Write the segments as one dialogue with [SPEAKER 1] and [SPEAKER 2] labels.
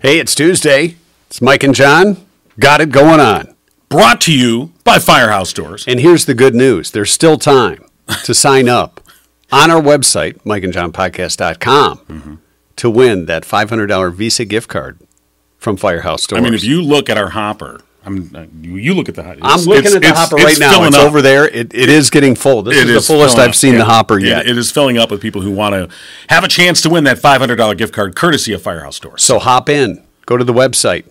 [SPEAKER 1] Hey, it's Tuesday. It's Mike and John. Got it going on.
[SPEAKER 2] Brought to you by Firehouse Doors.
[SPEAKER 1] And here's the good news there's still time to sign up on our website, mikeandjohnpodcast.com,
[SPEAKER 2] Mm-hmm.
[SPEAKER 1] to win that $500 Visa gift card from Firehouse Doors.
[SPEAKER 2] I mean, if you look at our hopper, I'm uh, you you look at the hopper.
[SPEAKER 1] I'm looking at the hopper right now. It's over there. It, it is getting full. This is the fullest I've seen the hopper yet.
[SPEAKER 2] it is filling up with people who want to have a chance to win that $500 gift card courtesy of Firehouse Doors.
[SPEAKER 1] so hop in. Go to the website,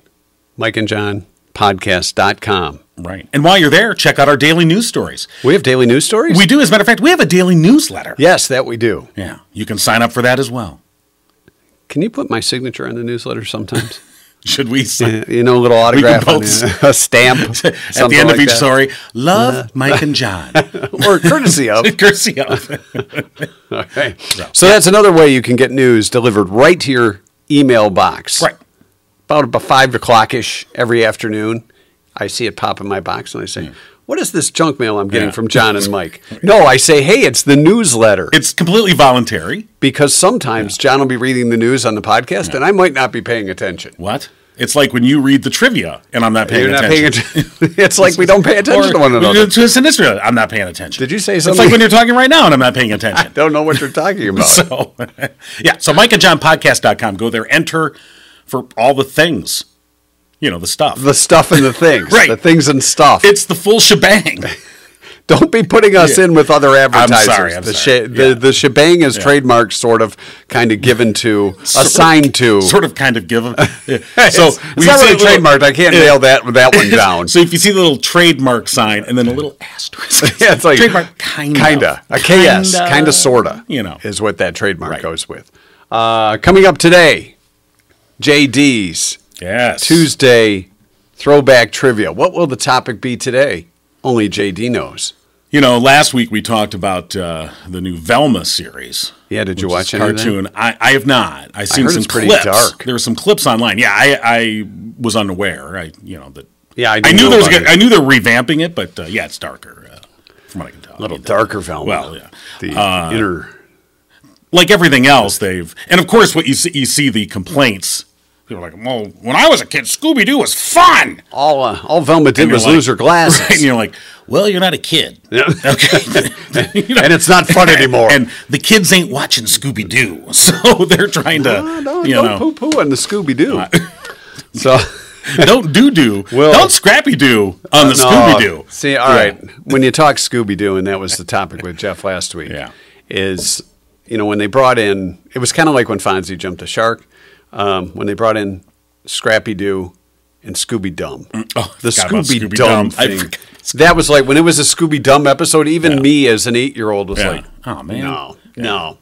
[SPEAKER 1] mikeandjohnpodcast.com.
[SPEAKER 2] Right. And while you're there, check out our daily news stories.
[SPEAKER 1] We have daily news stories?
[SPEAKER 2] We do, as a matter of fact, we have a daily newsletter.
[SPEAKER 1] yes, that we do.
[SPEAKER 2] Yeah. You can sign up for that as well.
[SPEAKER 1] Can you put my signature on the newsletter sometimes?
[SPEAKER 2] Should we sign?
[SPEAKER 1] Yeah, you know, a little autograph, on
[SPEAKER 2] both-
[SPEAKER 1] it, a stamp
[SPEAKER 2] At the
[SPEAKER 1] something
[SPEAKER 2] end of
[SPEAKER 1] like
[SPEAKER 2] each
[SPEAKER 1] that.
[SPEAKER 2] story, love Mike and John.
[SPEAKER 1] or courtesy of.
[SPEAKER 2] Courtesy of.
[SPEAKER 1] Okay. So that's another way you can get news delivered right to your email box.
[SPEAKER 2] Right.
[SPEAKER 1] about about five o'clock ish every afternoon. I see it pop in my box, and I say, "What is this junk mail I'm getting
[SPEAKER 2] Yeah.
[SPEAKER 1] from John and Mike?" no, I say, "Hey, it's the newsletter,"
[SPEAKER 2] It's completely voluntary.
[SPEAKER 1] because sometimes John will be reading the news on the podcast, and I might not be paying attention.
[SPEAKER 2] What? It's like when you read the trivia and I'm not paying
[SPEAKER 1] You're not
[SPEAKER 2] attention.
[SPEAKER 1] paying attention. it's like we don't pay attention to one
[SPEAKER 2] Or
[SPEAKER 1] another.
[SPEAKER 2] To this industry, I'm not paying attention.
[SPEAKER 1] Did you say
[SPEAKER 2] It's
[SPEAKER 1] something?
[SPEAKER 2] like when you're talking right now and I'm not paying attention.
[SPEAKER 1] Don't know what you're talking about.
[SPEAKER 2] so, yeah. So, Mike and John podcast.com. Go there, enter for all the things, you know, the stuff.
[SPEAKER 1] the stuff and the things,
[SPEAKER 2] Right.
[SPEAKER 1] the things and stuff.
[SPEAKER 2] it's the full shebang.
[SPEAKER 1] Don't be putting us in with other advertisers.
[SPEAKER 2] sorry, I'm
[SPEAKER 1] the,
[SPEAKER 2] sorry.
[SPEAKER 1] the, the shebang is trademark, sort of, kind of given to, assigned to.
[SPEAKER 2] sort of kind of give them.
[SPEAKER 1] It's-
[SPEAKER 2] So,
[SPEAKER 1] it's,
[SPEAKER 2] when you
[SPEAKER 1] not
[SPEAKER 2] see
[SPEAKER 1] really
[SPEAKER 2] the little-
[SPEAKER 1] trademarked. I can't nail that that one down.
[SPEAKER 2] So if you see the little trademark sign and then a little asterisk,
[SPEAKER 1] yeah, it's like
[SPEAKER 2] trademark kind
[SPEAKER 1] kinda
[SPEAKER 2] of
[SPEAKER 1] a KS, kind of sorta.
[SPEAKER 2] you know.
[SPEAKER 1] is what that trademark
[SPEAKER 2] Right.
[SPEAKER 1] goes with. Uh, coming up today, JD's
[SPEAKER 2] Yes,
[SPEAKER 1] Tuesday throwback trivia. What will the topic be today? Only JD knows.
[SPEAKER 2] You know, last week we talked about uh, the new Velma series.
[SPEAKER 1] Yeah, did you watch
[SPEAKER 2] which is
[SPEAKER 1] any of that?
[SPEAKER 2] cartoon? I, I have not. I seen
[SPEAKER 1] heard
[SPEAKER 2] some
[SPEAKER 1] it's pretty
[SPEAKER 2] clips.
[SPEAKER 1] dark.
[SPEAKER 2] There were some clips online. Yeah, I, I was unaware. I you know that.
[SPEAKER 1] Yeah, I
[SPEAKER 2] I
[SPEAKER 1] didn't
[SPEAKER 2] knew
[SPEAKER 1] know
[SPEAKER 2] there was.
[SPEAKER 1] about
[SPEAKER 2] Gonna, I knew they're revamping it, but uh, yeah, it's darker uh, from what I can tell.
[SPEAKER 1] A little darker Velma.
[SPEAKER 2] Well, yeah. Uh,
[SPEAKER 1] the inner.
[SPEAKER 2] Like everything else, they've and of course what you see, you see the complaints. People are like, well, when I was a kid, Scooby Doo was fun.
[SPEAKER 1] All uh, all Velma did
[SPEAKER 2] you're
[SPEAKER 1] was
[SPEAKER 2] like-
[SPEAKER 1] lose her glasses,
[SPEAKER 2] Right? And you're like, well, you're not a kid. Okay. You know,
[SPEAKER 1] and it's not fun anymore.
[SPEAKER 2] and the kids ain't watching Scooby Doo, so they're trying to,
[SPEAKER 1] No, Ah, no,
[SPEAKER 2] you
[SPEAKER 1] don't
[SPEAKER 2] know,
[SPEAKER 1] poo poo on the Scooby Doo. so
[SPEAKER 2] don't do do,
[SPEAKER 1] Well- uh,
[SPEAKER 2] don't Scrappy Doo on the
[SPEAKER 1] no.
[SPEAKER 2] Scooby Doo.
[SPEAKER 1] See, all right. When you talk Scooby Doo, and that was the topic with Jeff last week,
[SPEAKER 2] Yeah.
[SPEAKER 1] is you know when they brought in, it was kind of like when Fonzie jumped a shark. Um, when they brought in Scrappy Doo and Scooby Dum,
[SPEAKER 2] oh, I
[SPEAKER 1] the
[SPEAKER 2] forgot about
[SPEAKER 1] Scooby Dum
[SPEAKER 2] Scooby-Dum. I
[SPEAKER 1] thing.
[SPEAKER 2] forgot-
[SPEAKER 1] That was like when it was a Scooby Dum episode. Even me as an eight-year-old was
[SPEAKER 2] Yeah.
[SPEAKER 1] like,
[SPEAKER 2] Oh, man.
[SPEAKER 1] no, no."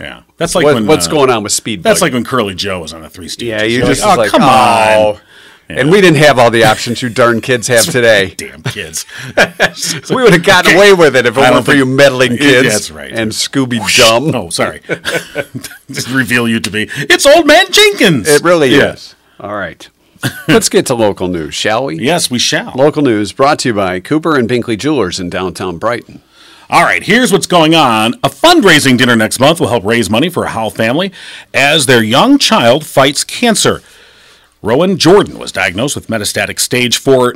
[SPEAKER 2] Yeah, that's like
[SPEAKER 1] What-
[SPEAKER 2] when
[SPEAKER 1] what's
[SPEAKER 2] uh,
[SPEAKER 1] going on with Speed?
[SPEAKER 2] That's
[SPEAKER 1] Buggy?
[SPEAKER 2] like when Curly Joe was on the Three Stooges.
[SPEAKER 1] Yeah, you
[SPEAKER 2] You're
[SPEAKER 1] just was
[SPEAKER 2] like, oh
[SPEAKER 1] like,
[SPEAKER 2] come on,
[SPEAKER 1] "Oh." And we didn't have all the options you darn kids have today.
[SPEAKER 2] damn kids.
[SPEAKER 1] We would have gotten away with it if it
[SPEAKER 2] I
[SPEAKER 1] weren't
[SPEAKER 2] don't
[SPEAKER 1] for
[SPEAKER 2] think-
[SPEAKER 1] you meddling
[SPEAKER 2] Yeah,
[SPEAKER 1] kids.
[SPEAKER 2] that's right.
[SPEAKER 1] And Scooby Dumb.
[SPEAKER 2] oh, sorry, Just reveal you to be. It's old man Jenkins.
[SPEAKER 1] It really
[SPEAKER 2] Yeah.
[SPEAKER 1] is. All right. Let's get to local news, shall we?
[SPEAKER 2] Yes, we shall.
[SPEAKER 1] Local news brought to you by Cooper and Binkley Jewelers in downtown Brighton.
[SPEAKER 2] All right, here's what's going on. A fundraising dinner next month will help raise money for a Howell family as their young child fights cancer. Rowan Jordan was diagnosed with metastatic stage 4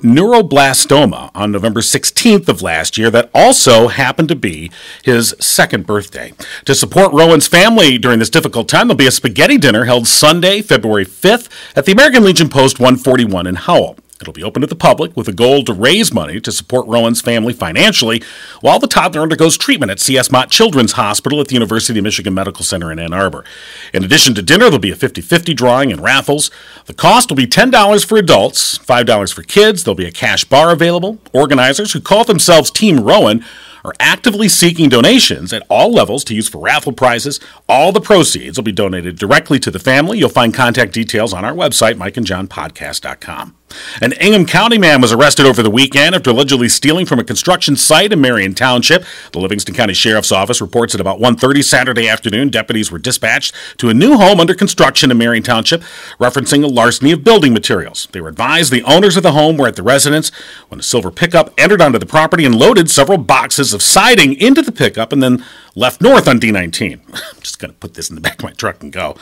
[SPEAKER 2] neuroblastoma on November 16th of last year. That also happened to be his second birthday. To support Rowan's family during this difficult time, there'll be a spaghetti dinner held Sunday, February 5th at the American Legion Post 141 in Howell. It'll be open to the public with a goal to raise money to support Rowan's family financially while the toddler undergoes treatment at CS Mott Children's Hospital at the University of Michigan Medical Center in Ann Arbor. In addition to dinner, there'll be a 50 50 drawing and raffles. The cost will be $10 for adults, $5 for kids. There'll be a cash bar available. Organizers who call themselves Team Rowan are actively seeking donations at all levels to use for raffle prizes. All the proceeds will be donated directly to the family. You'll find contact details on our website, mikeandjohnpodcast.com. An Ingham County man was arrested over the weekend after allegedly stealing from a construction site in Marion Township. The Livingston County Sheriff's Office reports at about 1.30 Saturday afternoon, deputies were dispatched to a new home under construction in Marion Township, referencing a larceny of building materials. They were advised the owners of the home were at the residence when a silver pickup entered onto the property and loaded several boxes of siding into the pickup and then left north on D19. I'm just going to put this in the back of my truck and go.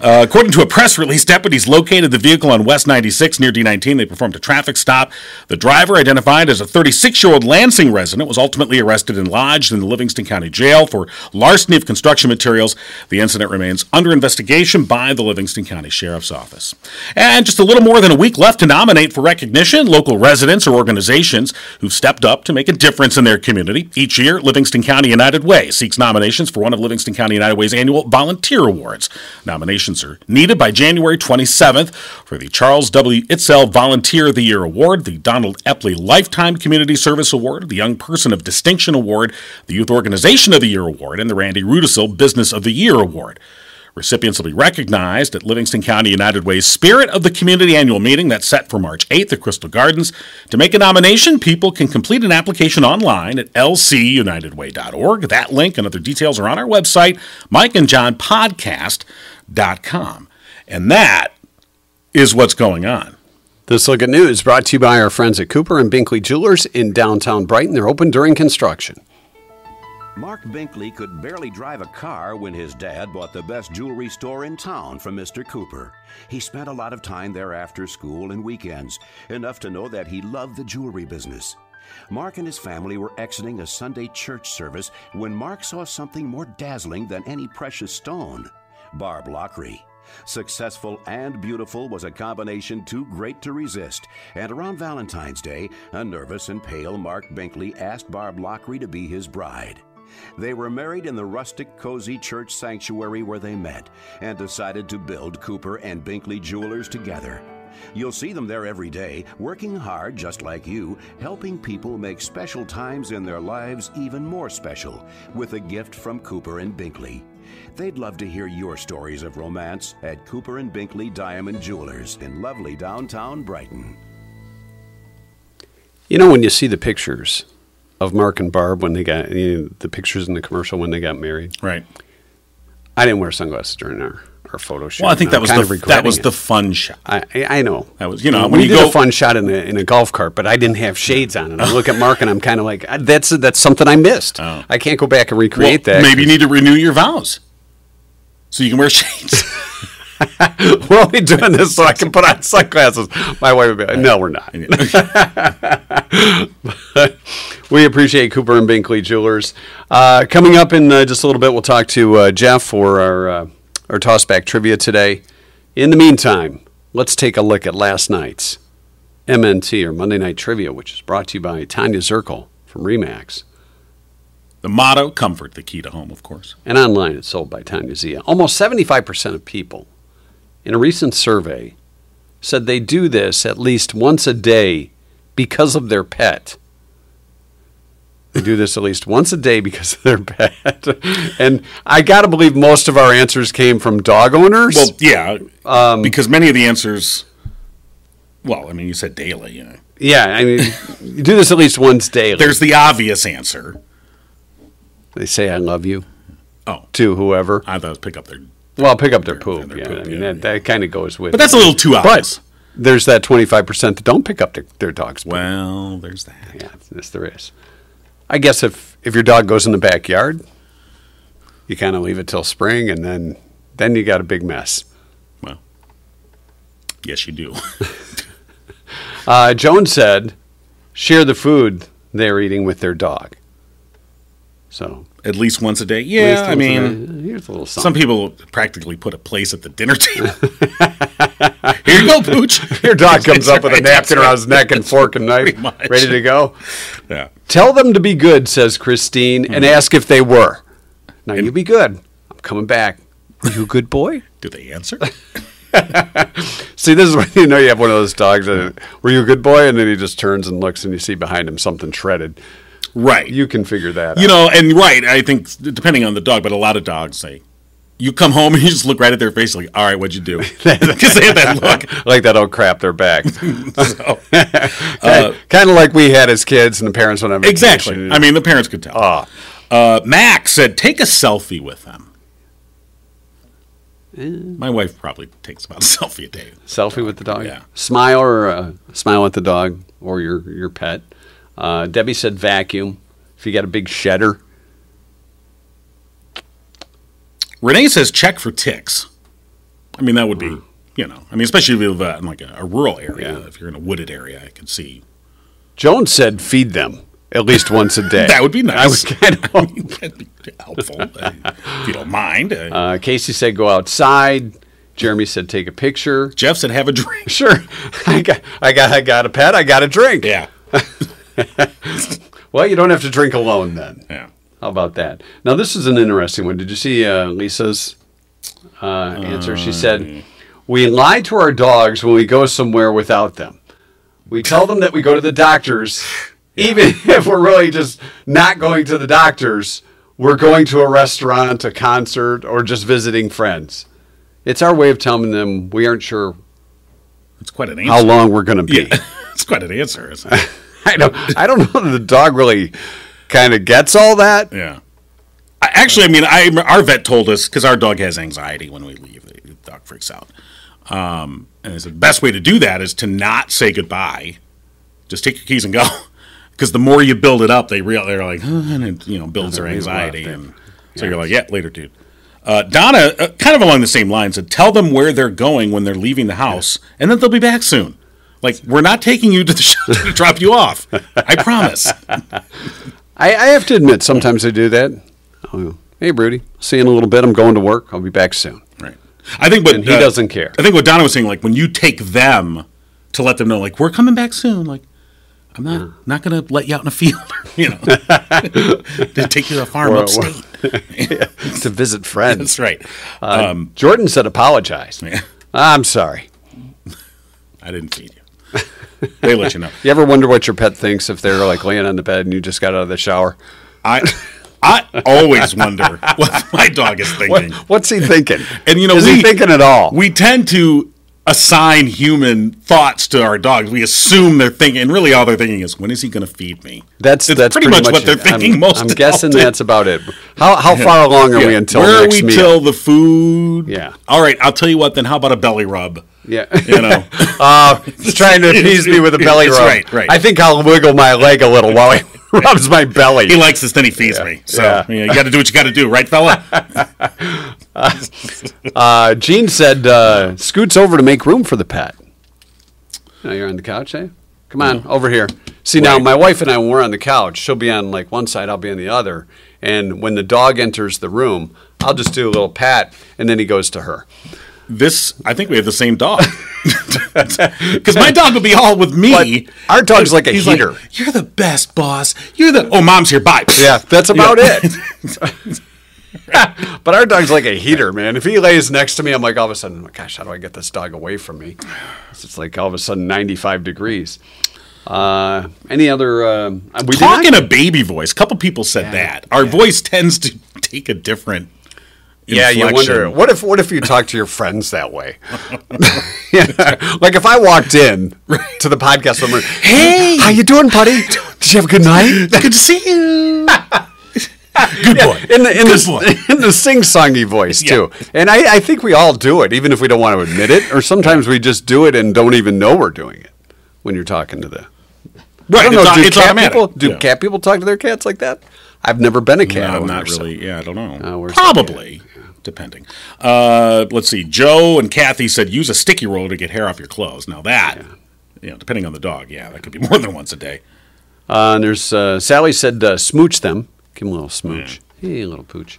[SPEAKER 2] Uh, according to a press release, deputies located the vehicle on West 96 near D19. They performed a traffic stop. The driver, identified as a 36 year old Lansing resident, was ultimately arrested and lodged in the Livingston County Jail for larceny of construction materials. The incident remains under investigation by the Livingston County Sheriff's Office. And just a little more than a week left to nominate for recognition local residents or organizations who've stepped up to make a difference in their community. Each year, Livingston County United Way seeks nominations for one of Livingston County United Way's annual volunteer awards. Nominations are needed by January 27th for the Charles W. Itzel Volunteer of the Year Award, the Donald Epley Lifetime Community Service Award, the Young Person of Distinction Award, the Youth Organization of the Year Award, and the Randy Rudisil Business of the Year Award. Recipients will be recognized at Livingston County United Way's Spirit of the Community annual meeting that's set for March 8th at Crystal Gardens. To make a nomination, people can complete an application online at lcunitedway.org. That link and other details are on our website, mikeandjohnpodcast.com. And that is what's going on.
[SPEAKER 1] This look at news brought to you by our friends at Cooper and Binkley Jewelers in downtown Brighton. They're open during construction.
[SPEAKER 3] Mark Binkley could barely drive a car when his dad bought the best jewelry store in town from Mr. Cooper. He spent a lot of time there after school and weekends, enough to know that he loved the jewelry business. Mark and his family were exiting a Sunday church service when Mark saw something more dazzling than any precious stone Barb Lockery. Successful and beautiful was a combination too great to resist. And around Valentine's Day, a nervous and pale Mark Binkley asked Barb Lockery to be his bride. They were married in the rustic, cozy church sanctuary where they met and decided to build Cooper and Binkley Jewelers together. You'll see them there every day, working hard just like you, helping people make special times in their lives even more special with a gift from Cooper and Binkley. They'd love to hear your stories of romance at Cooper and Binkley Diamond Jewelers in lovely downtown Brighton.
[SPEAKER 1] You know, when you see the pictures of Mark and Barb when they got you know, the pictures in the commercial when they got married,
[SPEAKER 2] Right.
[SPEAKER 1] I didn't wear sunglasses during our, our photo shoot.
[SPEAKER 2] Well, I think
[SPEAKER 1] and
[SPEAKER 2] that
[SPEAKER 1] I'm
[SPEAKER 2] was
[SPEAKER 1] kind
[SPEAKER 2] the
[SPEAKER 1] of
[SPEAKER 2] that
[SPEAKER 1] regretting
[SPEAKER 2] was
[SPEAKER 1] it.
[SPEAKER 2] the fun shot.
[SPEAKER 1] I, I I know.
[SPEAKER 2] That was- you know,
[SPEAKER 1] We
[SPEAKER 2] when you
[SPEAKER 1] did
[SPEAKER 2] go-
[SPEAKER 1] a fun shot in a, in a golf cart, but I didn't have shades on, and I look at Mark, and I'm kind of like, "Ah, that's that's something I missed. I can't go back and recreate
[SPEAKER 2] Oh. Well,
[SPEAKER 1] that.
[SPEAKER 2] Maybe you need to renew your vows so you can wear shades.
[SPEAKER 1] we're only doing this so I can put on sunglasses. My wife would be like, no, we're not. we appreciate Cooper and Binkley Jewelers. Uh, coming up in uh, just a little bit, we'll talk to uh, Jeff for our, uh, our tossback trivia today. In the meantime, let's take a look at last night's MNT or Monday Night Trivia, which is brought to you by Tanya Zirkle from Remax.
[SPEAKER 2] the motto, comfort, the key to home, of course.
[SPEAKER 1] and online it's sold by Tanya Zia. Almost 75% of people in a recent survey said they do this at least once a day because of their pet. They do this at least once a day because of their pet. and I got to believe most of our answers came from dog owners.
[SPEAKER 2] Well, yeah,
[SPEAKER 1] um,
[SPEAKER 2] because many of the answers. Well, I mean, you said daily. You know.
[SPEAKER 1] yeah, I mean, you do this at least once daily.
[SPEAKER 2] There's the obvious answer.
[SPEAKER 1] they say, I love you
[SPEAKER 2] Oh,
[SPEAKER 1] to whoever.
[SPEAKER 2] I thought it was pick up their.
[SPEAKER 1] Well, pick up their poop.
[SPEAKER 2] their
[SPEAKER 1] yeah,
[SPEAKER 2] poop,
[SPEAKER 1] I mean,
[SPEAKER 2] yeah,
[SPEAKER 1] that, that kind of goes with
[SPEAKER 2] But that's a little too obvious.
[SPEAKER 1] But there's that 25% that don't pick up their, their dog's poop.
[SPEAKER 2] well, there's that.
[SPEAKER 1] Yeah, yes, there is. I guess if, if your dog goes in the backyard, you kind of leave it till spring, and then then you got a big mess.
[SPEAKER 2] Well, yes, you do.
[SPEAKER 1] Uh, Joan said, share the food they're eating with their dog. So,
[SPEAKER 2] At least once a day. Yeah, I mean,
[SPEAKER 1] here's a little
[SPEAKER 2] some
[SPEAKER 1] something.
[SPEAKER 2] people practically put a place at the dinner table. Here you go, pooch.
[SPEAKER 1] your dog comes up with a napkin
[SPEAKER 2] Right, that's
[SPEAKER 1] around his neck and fork and knife,
[SPEAKER 2] Pretty much.
[SPEAKER 1] ready to go.
[SPEAKER 2] Yeah.
[SPEAKER 1] Tell them to be good, says Christine, and
[SPEAKER 2] Mm-hmm.
[SPEAKER 1] ask if they were. Now you be good. I'm coming back. Are you a good boy?
[SPEAKER 2] Do they answer?
[SPEAKER 1] See, this is when you know you have one of those dogs that, were you a good boy? And then he just turns and looks and you see behind him something shredded.
[SPEAKER 2] right.
[SPEAKER 1] You can figure that
[SPEAKER 2] You
[SPEAKER 1] out.
[SPEAKER 2] know, and right, I think depending on the dog, but a lot of dogs say, you come home and you just look right at their face like, all right, what'd you do? Because they have that look.
[SPEAKER 1] like that old crap, they're back.
[SPEAKER 2] So, uh,
[SPEAKER 1] kind of like we had as kids and the parents went on vacation.
[SPEAKER 2] exactly. I mean, the parents could tell. Uh, Max said, take a selfie with them. My wife probably takes about a selfie a day.
[SPEAKER 1] Selfie with the dog.
[SPEAKER 2] Yeah.
[SPEAKER 1] Smile or uh, smile at the dog or your your pet. Uh, Debbie said vacuum. If you got a big shedder,
[SPEAKER 2] Renee says check for ticks. I mean, that would be, you know, I mean, especially if you live uh, in like a, a rural area, if you're in a wooded area, I can see.
[SPEAKER 1] Jones said feed them at least once a day.
[SPEAKER 2] That would be
[SPEAKER 1] I was
[SPEAKER 2] nice.
[SPEAKER 1] kind of
[SPEAKER 2] I mean, that'd be helpful, uh, if you don't mind. Uh,
[SPEAKER 1] Uh, Casey said go outside. Jeremy said take a picture.
[SPEAKER 2] Jeff said have a drink.
[SPEAKER 1] Sure, I got, I got, I got a pet. I got a drink.
[SPEAKER 2] Yeah.
[SPEAKER 1] Well, you don't have to drink alone then.
[SPEAKER 2] Yeah.
[SPEAKER 1] How about that? Now this is an interesting one. Did you see uh, Lisa's uh, answer? She
[SPEAKER 2] Um.
[SPEAKER 1] said, "We lie to our dogs when we go somewhere without them. We tell them that we go to the doctors, even if we're really just not going to the doctors. We're going to a restaurant, a concert, or just visiting friends. It's our way of telling them we aren't sure
[SPEAKER 2] It's quite an answer.
[SPEAKER 1] how long we're going to be."
[SPEAKER 2] yeah. it's quite an answer, isn't it?
[SPEAKER 1] I don't. I don't know that the dog really kind of gets all that.
[SPEAKER 2] Yeah. I, actually, I mean, I our vet told us because our dog has anxiety when we leave. The dog freaks out. Um, and he said the best way to do that is to not say goodbye. Just take your keys and go. Because the more you build it up, they real they're like, "Huh," and it, you know, builds their
[SPEAKER 1] reason why
[SPEAKER 2] anxiety,
[SPEAKER 1] they-
[SPEAKER 2] and so you're like, yeah, later, dude. Uh, Donna, uh, kind of along the same lines, said, tell them where they're going when they're leaving the house, and that they'll be back soon. Like, we're not taking you to the shop to drop you off. I promise.
[SPEAKER 1] I, I have to admit, sometimes I do that. I'll, hey, Broody, see you in a little bit. I'm going to work. I'll be back soon.
[SPEAKER 2] Right. I think uh, what
[SPEAKER 1] And he doesn't care.
[SPEAKER 2] I think what Donna was saying, like when you take them to let them know, like we're coming back soon, like I'm not not gonna let you out in a field, you know, to take you to a farm
[SPEAKER 1] Or- or-
[SPEAKER 2] upstate.
[SPEAKER 1] to visit friends.
[SPEAKER 2] That's right. um,
[SPEAKER 1] Jordan said, apologize. I'm sorry.
[SPEAKER 2] I didn't feed you. They let you know.
[SPEAKER 1] You ever wonder what your pet thinks if they're like laying on the bed and you just got out of the shower?
[SPEAKER 2] I I always wonder what my dog is
[SPEAKER 1] What,
[SPEAKER 2] thinking.
[SPEAKER 1] what's he thinking?
[SPEAKER 2] And, you know,
[SPEAKER 1] is
[SPEAKER 2] we-
[SPEAKER 1] he thinking at all?
[SPEAKER 2] We tend to assign human thoughts to our dogs. We assume they're thinking, and really all they're thinking is, when is he going to feed me?
[SPEAKER 1] that's
[SPEAKER 2] It's
[SPEAKER 1] that's
[SPEAKER 2] pretty, much, what
[SPEAKER 1] it.
[SPEAKER 2] they're thinking
[SPEAKER 1] I'm,
[SPEAKER 2] most.
[SPEAKER 1] I'm
[SPEAKER 2] of the
[SPEAKER 1] guessing
[SPEAKER 2] time.
[SPEAKER 1] that's about it. How how far along are we
[SPEAKER 2] Yeah.
[SPEAKER 1] until
[SPEAKER 2] Where
[SPEAKER 1] next
[SPEAKER 2] are we
[SPEAKER 1] meal?
[SPEAKER 2] till the food?
[SPEAKER 1] Yeah.
[SPEAKER 2] All right, I'll tell you what. Then how about a belly rub?
[SPEAKER 1] yeah.
[SPEAKER 2] You know,
[SPEAKER 1] Uh, he's trying to appease me with a belly
[SPEAKER 2] That's
[SPEAKER 1] rub.
[SPEAKER 2] right, right.
[SPEAKER 1] I think I'll wiggle my leg a little while he rubs my belly.
[SPEAKER 2] he likes this, then he feeds me. So
[SPEAKER 1] yeah.
[SPEAKER 2] yeah, you got to do what you got to do, right, fella?
[SPEAKER 1] Uh, Gene said, uh, scoots over to make room for the pet. Now you're on the couch, eh? Come on,
[SPEAKER 2] Mm-hmm.
[SPEAKER 1] over here. See, now
[SPEAKER 2] Right.
[SPEAKER 1] my wife and I, when we're on the couch, she'll be on like one side, I'll be on the other. And when the dog enters the room, I'll just do a little pat, and then he goes to her.
[SPEAKER 2] this, I think we have the same dog. Because my dog will be all with me.
[SPEAKER 1] But our dog's like a
[SPEAKER 2] He's
[SPEAKER 1] heater.
[SPEAKER 2] like, you're the best, boss. You're the oh, mom's here. Bye.
[SPEAKER 1] yeah, that's about it. but our dog's like a heater, man. If he lays next to me, I'm like, all of a sudden, gosh, how do I get this dog away from me? It's like all of a sudden 95 degrees. Uh, any other? Uh, we did not
[SPEAKER 2] Talk in a baby voice. A couple people said that our voice tends to take a different.
[SPEAKER 1] Yeah, you wonder
[SPEAKER 2] inflection.
[SPEAKER 1] what if what if you talk to your friends that way? Yeah. Like if I walked in to the podcast, room,
[SPEAKER 2] Hey!
[SPEAKER 1] how you doing, buddy? Did you have a good night?
[SPEAKER 2] Good to see you. Good boy.
[SPEAKER 1] In the in
[SPEAKER 2] Good
[SPEAKER 1] the, in the sing songy voice too, and I, I think we all do it, even if we don't want to admit it, or sometimes we just do it and don't even know we're doing it when you're talking to the.
[SPEAKER 2] Right,
[SPEAKER 1] I don't
[SPEAKER 2] it's
[SPEAKER 1] know.
[SPEAKER 2] au-
[SPEAKER 1] Do
[SPEAKER 2] it's
[SPEAKER 1] cat
[SPEAKER 2] automatic.
[SPEAKER 1] people do
[SPEAKER 2] Yeah.
[SPEAKER 1] cat people talk to their cats like that? I've never been a cat.
[SPEAKER 2] No,
[SPEAKER 1] owner,
[SPEAKER 2] not
[SPEAKER 1] so-
[SPEAKER 2] really. Yeah, I don't know.
[SPEAKER 1] Uh, where's
[SPEAKER 2] Probably, depending. Uh, let's see. Joe and Kathy said use a sticky roller to get hair off your clothes. Now that, you know, depending on the dog, yeah, that could be more than once a day.
[SPEAKER 1] Uh, and there's uh, Sally said uh, smooch them. Give them a little smooch. Hey, little pooch.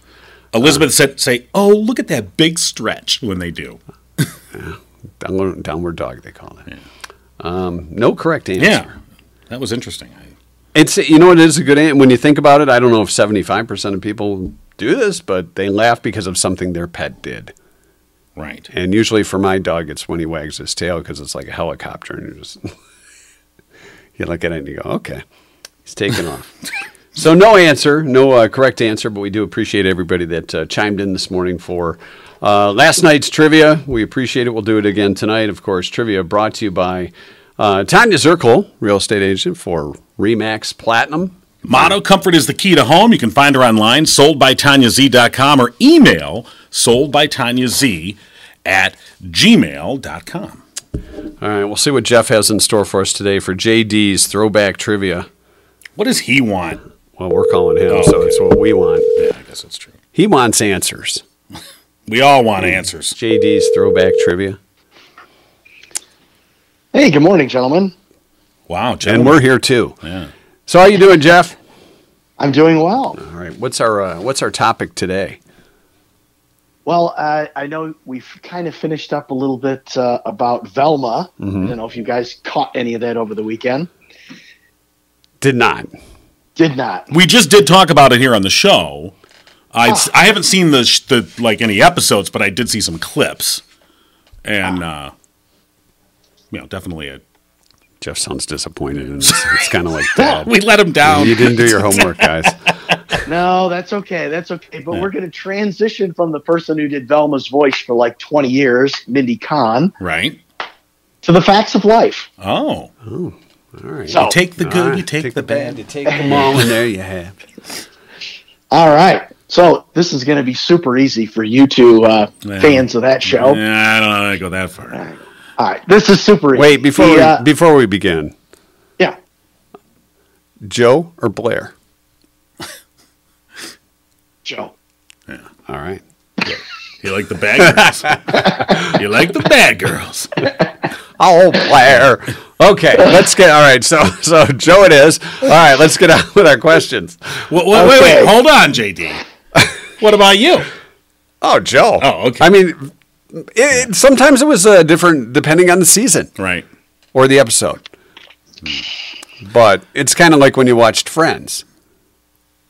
[SPEAKER 2] Elizabeth said, "Say, oh, look at that big stretch when they do."
[SPEAKER 1] downward, downward dog they call it. Um, no correct answer.
[SPEAKER 2] Yeah, that was interesting. I,
[SPEAKER 1] It's you know it is a good an- when you think about it. I don't know if seventy five percent of people do this, but they laugh because of something their pet did.
[SPEAKER 2] right.
[SPEAKER 1] And usually for my dog, it's when he wags his tail because it's like a helicopter, and you just you look at it and you go, okay, he's taking off. So no answer, no uh, correct answer, but we do appreciate everybody that uh, chimed in this morning for uh, last night's trivia. We appreciate it. We'll do it again tonight, of course. Trivia brought to you by uh, Tanya Zirkle, real estate agent for Remax Platinum.
[SPEAKER 2] Motto Comfort is the key to home. You can find her online, soldbytanyaz.com, or email soldbytanyaz at gmail.com.
[SPEAKER 1] All right, we'll see what Jeff has in store for us today for JD's throwback trivia.
[SPEAKER 2] What does he want?
[SPEAKER 1] Well, we're calling him, so
[SPEAKER 2] Okay.
[SPEAKER 1] it's what we want.
[SPEAKER 2] Yeah, I guess that's true.
[SPEAKER 1] He wants answers.
[SPEAKER 2] We all want
[SPEAKER 1] Mm.
[SPEAKER 2] answers.
[SPEAKER 1] JD's throwback trivia.
[SPEAKER 4] Hey, good morning, gentlemen.
[SPEAKER 2] Wow,
[SPEAKER 1] And
[SPEAKER 2] gentlemen.
[SPEAKER 1] we're here too.
[SPEAKER 2] Yeah.
[SPEAKER 1] So how you doing, Jeff?
[SPEAKER 4] I'm doing well.
[SPEAKER 1] All right. What's our uh, what's our topic today?
[SPEAKER 4] Well, uh, I know we've kind of finished up a little bit uh, about Velma. I don't know if you guys caught any of that over the weekend.
[SPEAKER 1] Did not.
[SPEAKER 4] Did not.
[SPEAKER 2] we just did talk about it here on the show. I I haven't seen the, sh- the like any episodes, but I did see some clips, and uh, you know, definitely a.
[SPEAKER 1] Jeff sounds disappointed. In us. It's kind of like dad.
[SPEAKER 2] We let him down.
[SPEAKER 1] You didn't do your homework, guys.
[SPEAKER 4] No, that's okay. That's okay. But we're going to transition from the person who did Velma's voice for like 20 years, Mindy Kahn,
[SPEAKER 2] right?
[SPEAKER 4] to the facts of life.
[SPEAKER 2] Oh,
[SPEAKER 1] All right.
[SPEAKER 4] So,
[SPEAKER 2] take the
[SPEAKER 1] All
[SPEAKER 2] good,
[SPEAKER 1] right,
[SPEAKER 2] you take, the, bad.
[SPEAKER 1] you take them all, and there you have.
[SPEAKER 4] all right. So this is going to be super easy for you two uh,
[SPEAKER 2] Yeah.
[SPEAKER 4] fans of that show.
[SPEAKER 2] Nah, I don't know. I go that far.
[SPEAKER 4] All right. This is super easy.
[SPEAKER 1] Wait before
[SPEAKER 4] The,
[SPEAKER 1] we,
[SPEAKER 4] uh,
[SPEAKER 1] before we begin,
[SPEAKER 4] yeah.
[SPEAKER 1] Joe or Blair?
[SPEAKER 4] Joe.
[SPEAKER 1] All right.
[SPEAKER 2] You like the bad girls. you like the bad girls.
[SPEAKER 1] Oh, Blair. Okay, let's get all right. So, so Joe, it is. All right, let's get on with our questions.
[SPEAKER 2] Wha- wha- Wait, wait,
[SPEAKER 4] Okay.
[SPEAKER 2] hold on, JD. What about you?
[SPEAKER 1] Oh, Joe.
[SPEAKER 2] Oh, okay.
[SPEAKER 1] I mean, it, it- sometimes it was uh, different depending on the season
[SPEAKER 2] Right.
[SPEAKER 1] or the episode. But it's kind of like when you watched Friends.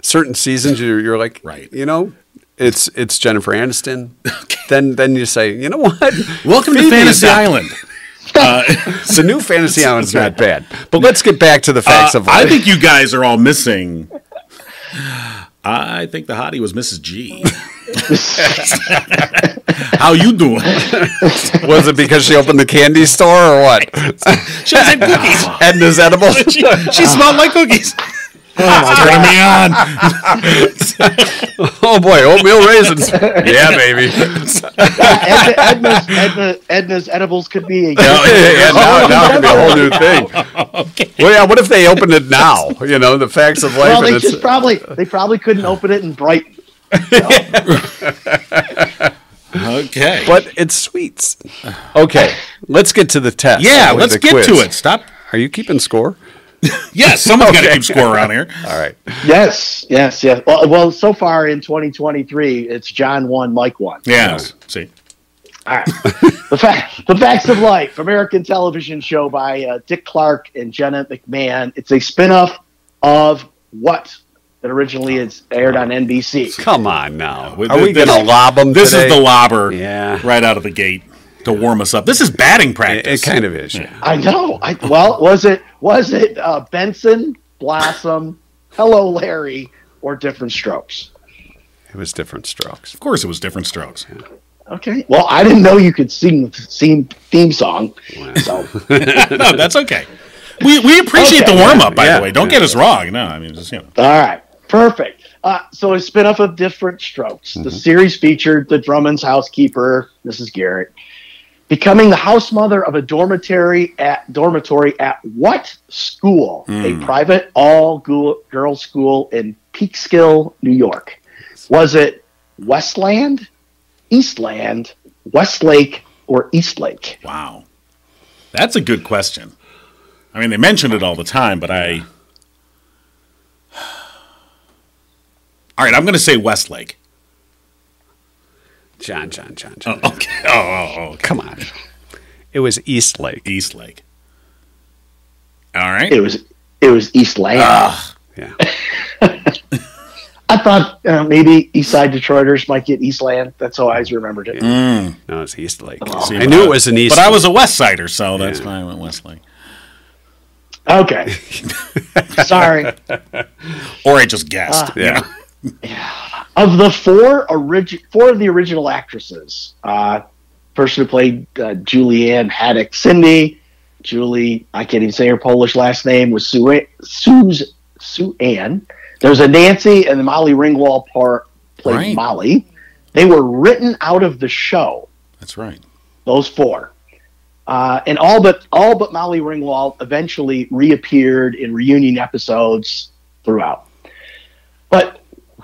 [SPEAKER 1] Certain seasons, you're, you're like,
[SPEAKER 2] Right.
[SPEAKER 1] You know, it's it's Jennifer Aniston. Then then you say, you know what?
[SPEAKER 2] Welcome to
[SPEAKER 1] Phoebe is
[SPEAKER 2] Fantasy
[SPEAKER 1] not
[SPEAKER 2] Island. Uh,
[SPEAKER 1] The new fantasy island's not bad. But let's get back to the facts
[SPEAKER 2] Uh,
[SPEAKER 1] of
[SPEAKER 2] I
[SPEAKER 1] life.
[SPEAKER 2] think you guys are all missing. I think the hottie was Mrs. G. How you doing?
[SPEAKER 1] was it because she opened the candy store or what?
[SPEAKER 2] She was like cookies.
[SPEAKER 1] And Ah. is edible?
[SPEAKER 2] She, she smelled like cookies. turning me on.
[SPEAKER 1] oh boy, oatmeal raisins. yeah, baby.
[SPEAKER 4] Edna, Edna's, Edna, Edna's edibles could be a
[SPEAKER 1] yeah, now, now it could be a whole new thing. Well, yeah. What if they opened it now? You know, the facts of life.
[SPEAKER 4] well, they
[SPEAKER 1] and it's, uh,
[SPEAKER 4] just probably they probably couldn't open it in Brighton.
[SPEAKER 2] Okay.
[SPEAKER 1] but it's sweets. Okay, let's get to the test.
[SPEAKER 2] yeah,
[SPEAKER 1] or
[SPEAKER 2] let's
[SPEAKER 1] the
[SPEAKER 2] get
[SPEAKER 1] quiz.
[SPEAKER 2] to it. Stop.
[SPEAKER 1] Are you keeping score?
[SPEAKER 2] Yes, someone's got to keep score around here.
[SPEAKER 1] All right.
[SPEAKER 4] Yes, yes, yes. Well, well, so far in 2023, it's John one, Mike one.
[SPEAKER 2] Yeah. See.
[SPEAKER 4] All right. the, fact, the Facts of Life, American television show by uh, Dick Clark and Jenna McMahon. It's a spin-off of what that originally is aired on NBC.
[SPEAKER 1] Come on now.
[SPEAKER 2] With
[SPEAKER 1] Are
[SPEAKER 2] the-
[SPEAKER 1] we going to
[SPEAKER 2] this-
[SPEAKER 1] lob them?
[SPEAKER 2] This
[SPEAKER 1] today?
[SPEAKER 2] is the lobber.
[SPEAKER 1] Yeah.
[SPEAKER 2] Right out of the gate to warm us up. This is batting
[SPEAKER 1] It,
[SPEAKER 2] practice.
[SPEAKER 1] it kind of is. Yeah.
[SPEAKER 4] I know. I, well, was it was it uh, Benson, Blossom, Hello Larry, or Different Strokes?
[SPEAKER 1] It was different strokes.
[SPEAKER 2] Of course, it was different strokes.
[SPEAKER 4] Okay. Well, I didn't know you could sing sing theme song. So
[SPEAKER 2] No, that's okay. We, we appreciate the warm up, by
[SPEAKER 1] Yeah.
[SPEAKER 2] the way. Don't get us wrong. No, I mean, just, you know.
[SPEAKER 4] all right, perfect. Uh, so a spin-off of Different Strokes. The series featured the Drummond's housekeeper, Mrs. Garrett, becoming the house mother of a dormitory at dormitory at what school? A private all-girl school in Peekskill, New York. Was it Westland, Eastland, Westlake, or Eastlake?
[SPEAKER 2] Wow. That's a good question. I mean, they mentioned it all the time, but I. All right, I'm going to say Westlake.
[SPEAKER 1] John, John, John, John.
[SPEAKER 2] Oh, okay. Oh, oh, oh, okay.
[SPEAKER 1] Come on. It was Eastlake.
[SPEAKER 2] Eastlake. All right.
[SPEAKER 4] It was it was East Land.
[SPEAKER 1] Yeah.
[SPEAKER 4] I thought uh, maybe East Side Detroiters might get East Land. That's how I always remembered it.
[SPEAKER 1] No, it's Eastlake.
[SPEAKER 4] Oh.
[SPEAKER 2] See,
[SPEAKER 1] I
[SPEAKER 2] but
[SPEAKER 1] knew it was an East.
[SPEAKER 2] But I was a West Sider, so that's why I went Westlake.
[SPEAKER 4] Okay, sorry.
[SPEAKER 2] Or I just guessed.
[SPEAKER 1] Ah. Yeah.
[SPEAKER 4] Of the four orig- four of the original actresses, uh, person who played uh, Julianne Haddock, Cindy, Julie, I can't even say her Polish last name was Sue Sue's Sue Ann. There's a Nancy and Molly Ringwald par- played
[SPEAKER 2] Right.
[SPEAKER 4] Molly. They were written out of the show.
[SPEAKER 2] That's right.
[SPEAKER 4] those four. Uh, and all but all but Molly Ringwald eventually reappeared in reunion episodes throughout. But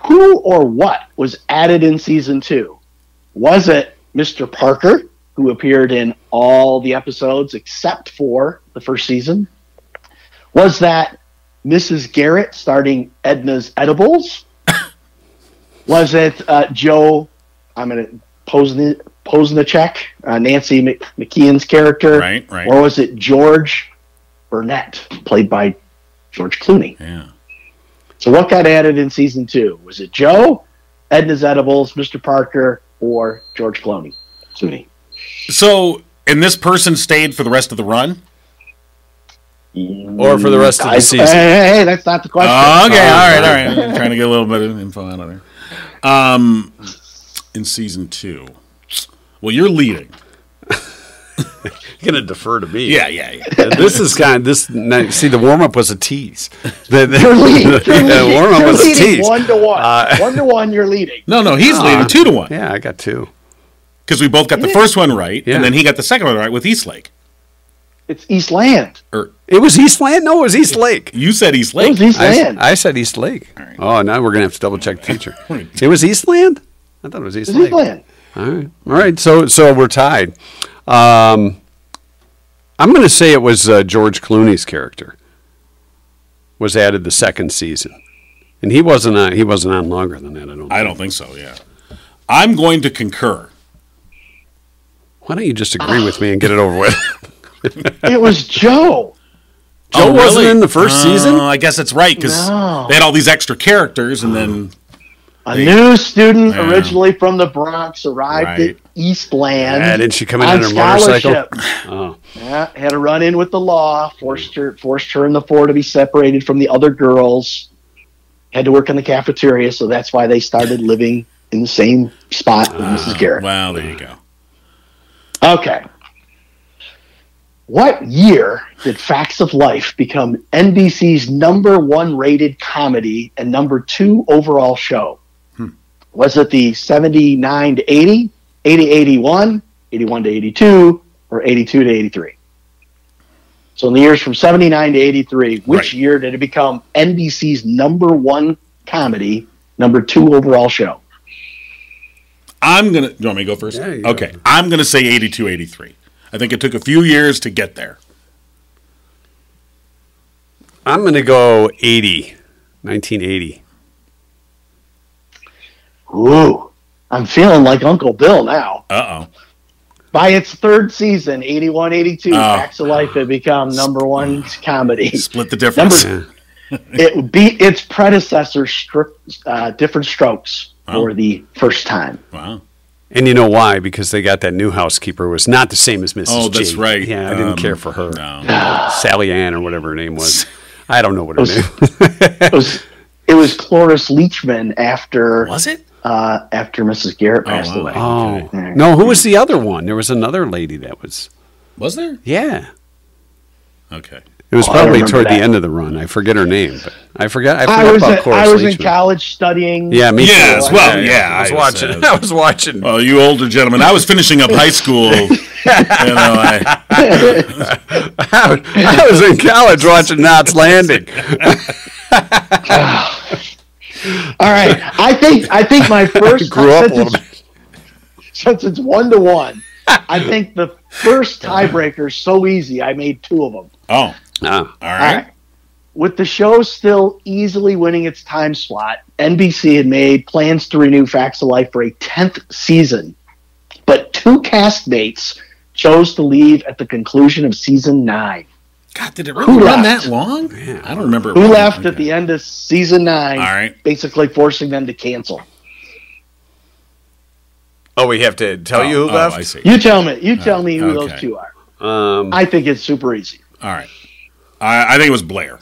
[SPEAKER 4] who or what was added in season two? Was it Mr. Parker, who appeared in all the episodes except for the first season? Was that Mrs. Garrett starting Edna's Edibles? was it uh, Joe? I'm going to pose the posing the check, uh, Nancy Mc- McKeon's character,
[SPEAKER 2] Right, right.
[SPEAKER 4] or was it George Burnett, played by George Clooney?
[SPEAKER 2] Yeah.
[SPEAKER 4] So what got added in season two? Was it Joe, Edna's Edibles, Mr. Parker, or George Clooney? Clooney.
[SPEAKER 2] So, and this person stayed for the rest of the run?
[SPEAKER 1] Or for the rest of
[SPEAKER 4] I,
[SPEAKER 1] the season. Uh,
[SPEAKER 4] Hey, hey, hey, that's not the question.
[SPEAKER 2] Oh, okay, all right, all right. I'm trying to get a little bit of info out of there. Um, in season two. Well, you're leading.
[SPEAKER 1] You're going to defer to me.
[SPEAKER 2] Yeah, yeah, yeah.
[SPEAKER 1] this is kind of this. now, See, the warm up was a tease. The, the,
[SPEAKER 4] You're leading. You're
[SPEAKER 1] yeah,
[SPEAKER 4] leading.
[SPEAKER 1] warm up
[SPEAKER 4] You're
[SPEAKER 1] was a
[SPEAKER 4] leading
[SPEAKER 1] tease. Uh,
[SPEAKER 4] one to one. one to one, you're leading.
[SPEAKER 2] No, no, he's leading two to one
[SPEAKER 1] Ah. Yeah, I got two.
[SPEAKER 2] because we both got the first one right,
[SPEAKER 1] Yeah.
[SPEAKER 2] and then he got the second one right with Eastlake.
[SPEAKER 4] It's East Land.
[SPEAKER 2] Or
[SPEAKER 1] It was East Land. No, it was East Lake.
[SPEAKER 2] you said
[SPEAKER 4] It
[SPEAKER 2] Eastlake.
[SPEAKER 4] was East
[SPEAKER 1] I, s-
[SPEAKER 4] Land.
[SPEAKER 1] I said East Lake. Oh, now we're gonna have to double check the teacher.
[SPEAKER 2] Right.
[SPEAKER 1] it was East Land. I thought it was East
[SPEAKER 4] It was East
[SPEAKER 1] Lake.
[SPEAKER 4] Land.
[SPEAKER 1] All right. All right. So so we're tied. Um, I'm going to say it was uh, George Clooney's character was added the second season, and he wasn't on, he wasn't on longer than that. I don't.
[SPEAKER 2] I don't think so. Yeah, I'm going to concur.
[SPEAKER 1] Why don't you just agree with me and get it over with?
[SPEAKER 4] It was Joe.
[SPEAKER 1] Joe wasn't in the first
[SPEAKER 2] Oh,
[SPEAKER 1] season?
[SPEAKER 2] I guess that's right because
[SPEAKER 4] No.
[SPEAKER 2] they had all these extra characters, and then
[SPEAKER 4] A new student
[SPEAKER 2] Yeah.
[SPEAKER 4] originally from the Bronx arrived
[SPEAKER 2] Right.
[SPEAKER 4] at East Land.
[SPEAKER 1] Yeah, did she come in on her motorcycle? Oh.
[SPEAKER 4] scholarship. Yeah, had a run in with the law, forced her forced her and the four to be separated from the other girls. Had to work in the cafeteria, so that's why they started living in the same spot with Mrs. Garrett.
[SPEAKER 2] well, there you go.
[SPEAKER 4] Okay. What year did Facts of Life become NBC's number one rated comedy and number two overall show? Was it the 79 to 80, 80 81, 81 to 82, or 82 to 83? So in the years from 79 to 83, which
[SPEAKER 2] Right.
[SPEAKER 4] year did it become NBC's number one comedy, number two overall show?
[SPEAKER 2] I'm gonna. You want me to go first?
[SPEAKER 1] Yeah, you go.
[SPEAKER 2] okay, I'm gonna say 82, 83. I think it took a few years to get there.
[SPEAKER 1] I'm going to go 80, 1980.
[SPEAKER 4] Ooh, I'm feeling like Uncle Bill now.
[SPEAKER 2] Uh oh.
[SPEAKER 4] By its third season, 81 82,
[SPEAKER 2] Oh.
[SPEAKER 4] Facts of Life had become number one comedy.
[SPEAKER 2] Split the difference.
[SPEAKER 1] Number-
[SPEAKER 4] It beat its predecessor, Stro- uh, Different Strokes,
[SPEAKER 2] Oh.
[SPEAKER 4] for the first time.
[SPEAKER 2] Wow.
[SPEAKER 1] And you know why? Because they got that new housekeeper who was not the same as Mrs.
[SPEAKER 2] Oh, that's
[SPEAKER 1] G.
[SPEAKER 2] right.
[SPEAKER 1] Yeah, I didn't
[SPEAKER 2] Um,
[SPEAKER 1] care for her.
[SPEAKER 2] No.
[SPEAKER 1] Sally Ann or whatever her name was. I don't know what her
[SPEAKER 4] was-
[SPEAKER 1] name.
[SPEAKER 4] It was, it was Cloris Leachman after
[SPEAKER 2] Was it?
[SPEAKER 4] uh, after Mrs. Garrett
[SPEAKER 2] Oh,
[SPEAKER 4] passed
[SPEAKER 2] wow.
[SPEAKER 4] away.
[SPEAKER 1] Oh
[SPEAKER 4] Okay.
[SPEAKER 1] no, who was the other one? There was another lady that was.
[SPEAKER 2] Was there?
[SPEAKER 1] Yeah,
[SPEAKER 2] Okay.
[SPEAKER 1] it was
[SPEAKER 4] Oh, I
[SPEAKER 1] probably
[SPEAKER 4] remember
[SPEAKER 1] toward the
[SPEAKER 4] that.
[SPEAKER 1] end of the run. I forget her name, but I forgot. I forgot
[SPEAKER 4] I was,
[SPEAKER 1] about
[SPEAKER 4] at,
[SPEAKER 1] Cloris
[SPEAKER 4] I was in
[SPEAKER 1] Leachman.
[SPEAKER 4] college studying.
[SPEAKER 1] Yeah, me
[SPEAKER 2] Yeah,
[SPEAKER 1] too.
[SPEAKER 2] as well,
[SPEAKER 1] I
[SPEAKER 2] yeah,
[SPEAKER 1] was Oh.
[SPEAKER 2] I was,
[SPEAKER 1] watching.
[SPEAKER 2] uh,
[SPEAKER 1] I was watching.
[SPEAKER 2] Well, you older gentlemen, I was finishing up high school. you know, I,
[SPEAKER 1] I was in college watching Knots Landing.
[SPEAKER 4] All right. I think I think my first
[SPEAKER 1] Grew up a
[SPEAKER 4] since
[SPEAKER 1] little
[SPEAKER 4] it's- Since it's one to one, I think the first tiebreaker is so easy. I made two of them.
[SPEAKER 2] oh, all
[SPEAKER 1] Ah,
[SPEAKER 2] right.
[SPEAKER 4] Alright. With the show still easily winning its time slot, NBC had made plans to renew Facts of Life for a 10th season. But two castmates chose to leave at the conclusion of season 9.
[SPEAKER 2] God, did it really
[SPEAKER 4] Who
[SPEAKER 2] run
[SPEAKER 4] left?
[SPEAKER 2] that long? I don't remember. it
[SPEAKER 4] Who
[SPEAKER 2] running.
[SPEAKER 4] left at
[SPEAKER 2] Okay.
[SPEAKER 4] the end of season 9,
[SPEAKER 2] Oh All right.
[SPEAKER 4] basically forcing them to cancel.
[SPEAKER 1] oh, we have to tell you who
[SPEAKER 2] oh,
[SPEAKER 1] left.
[SPEAKER 2] I see.
[SPEAKER 4] You tell me, you tell me who
[SPEAKER 2] Oh, okay.
[SPEAKER 4] those two are.
[SPEAKER 1] Um,
[SPEAKER 4] I think it's super easy.
[SPEAKER 2] All right. I, I think it was Blair.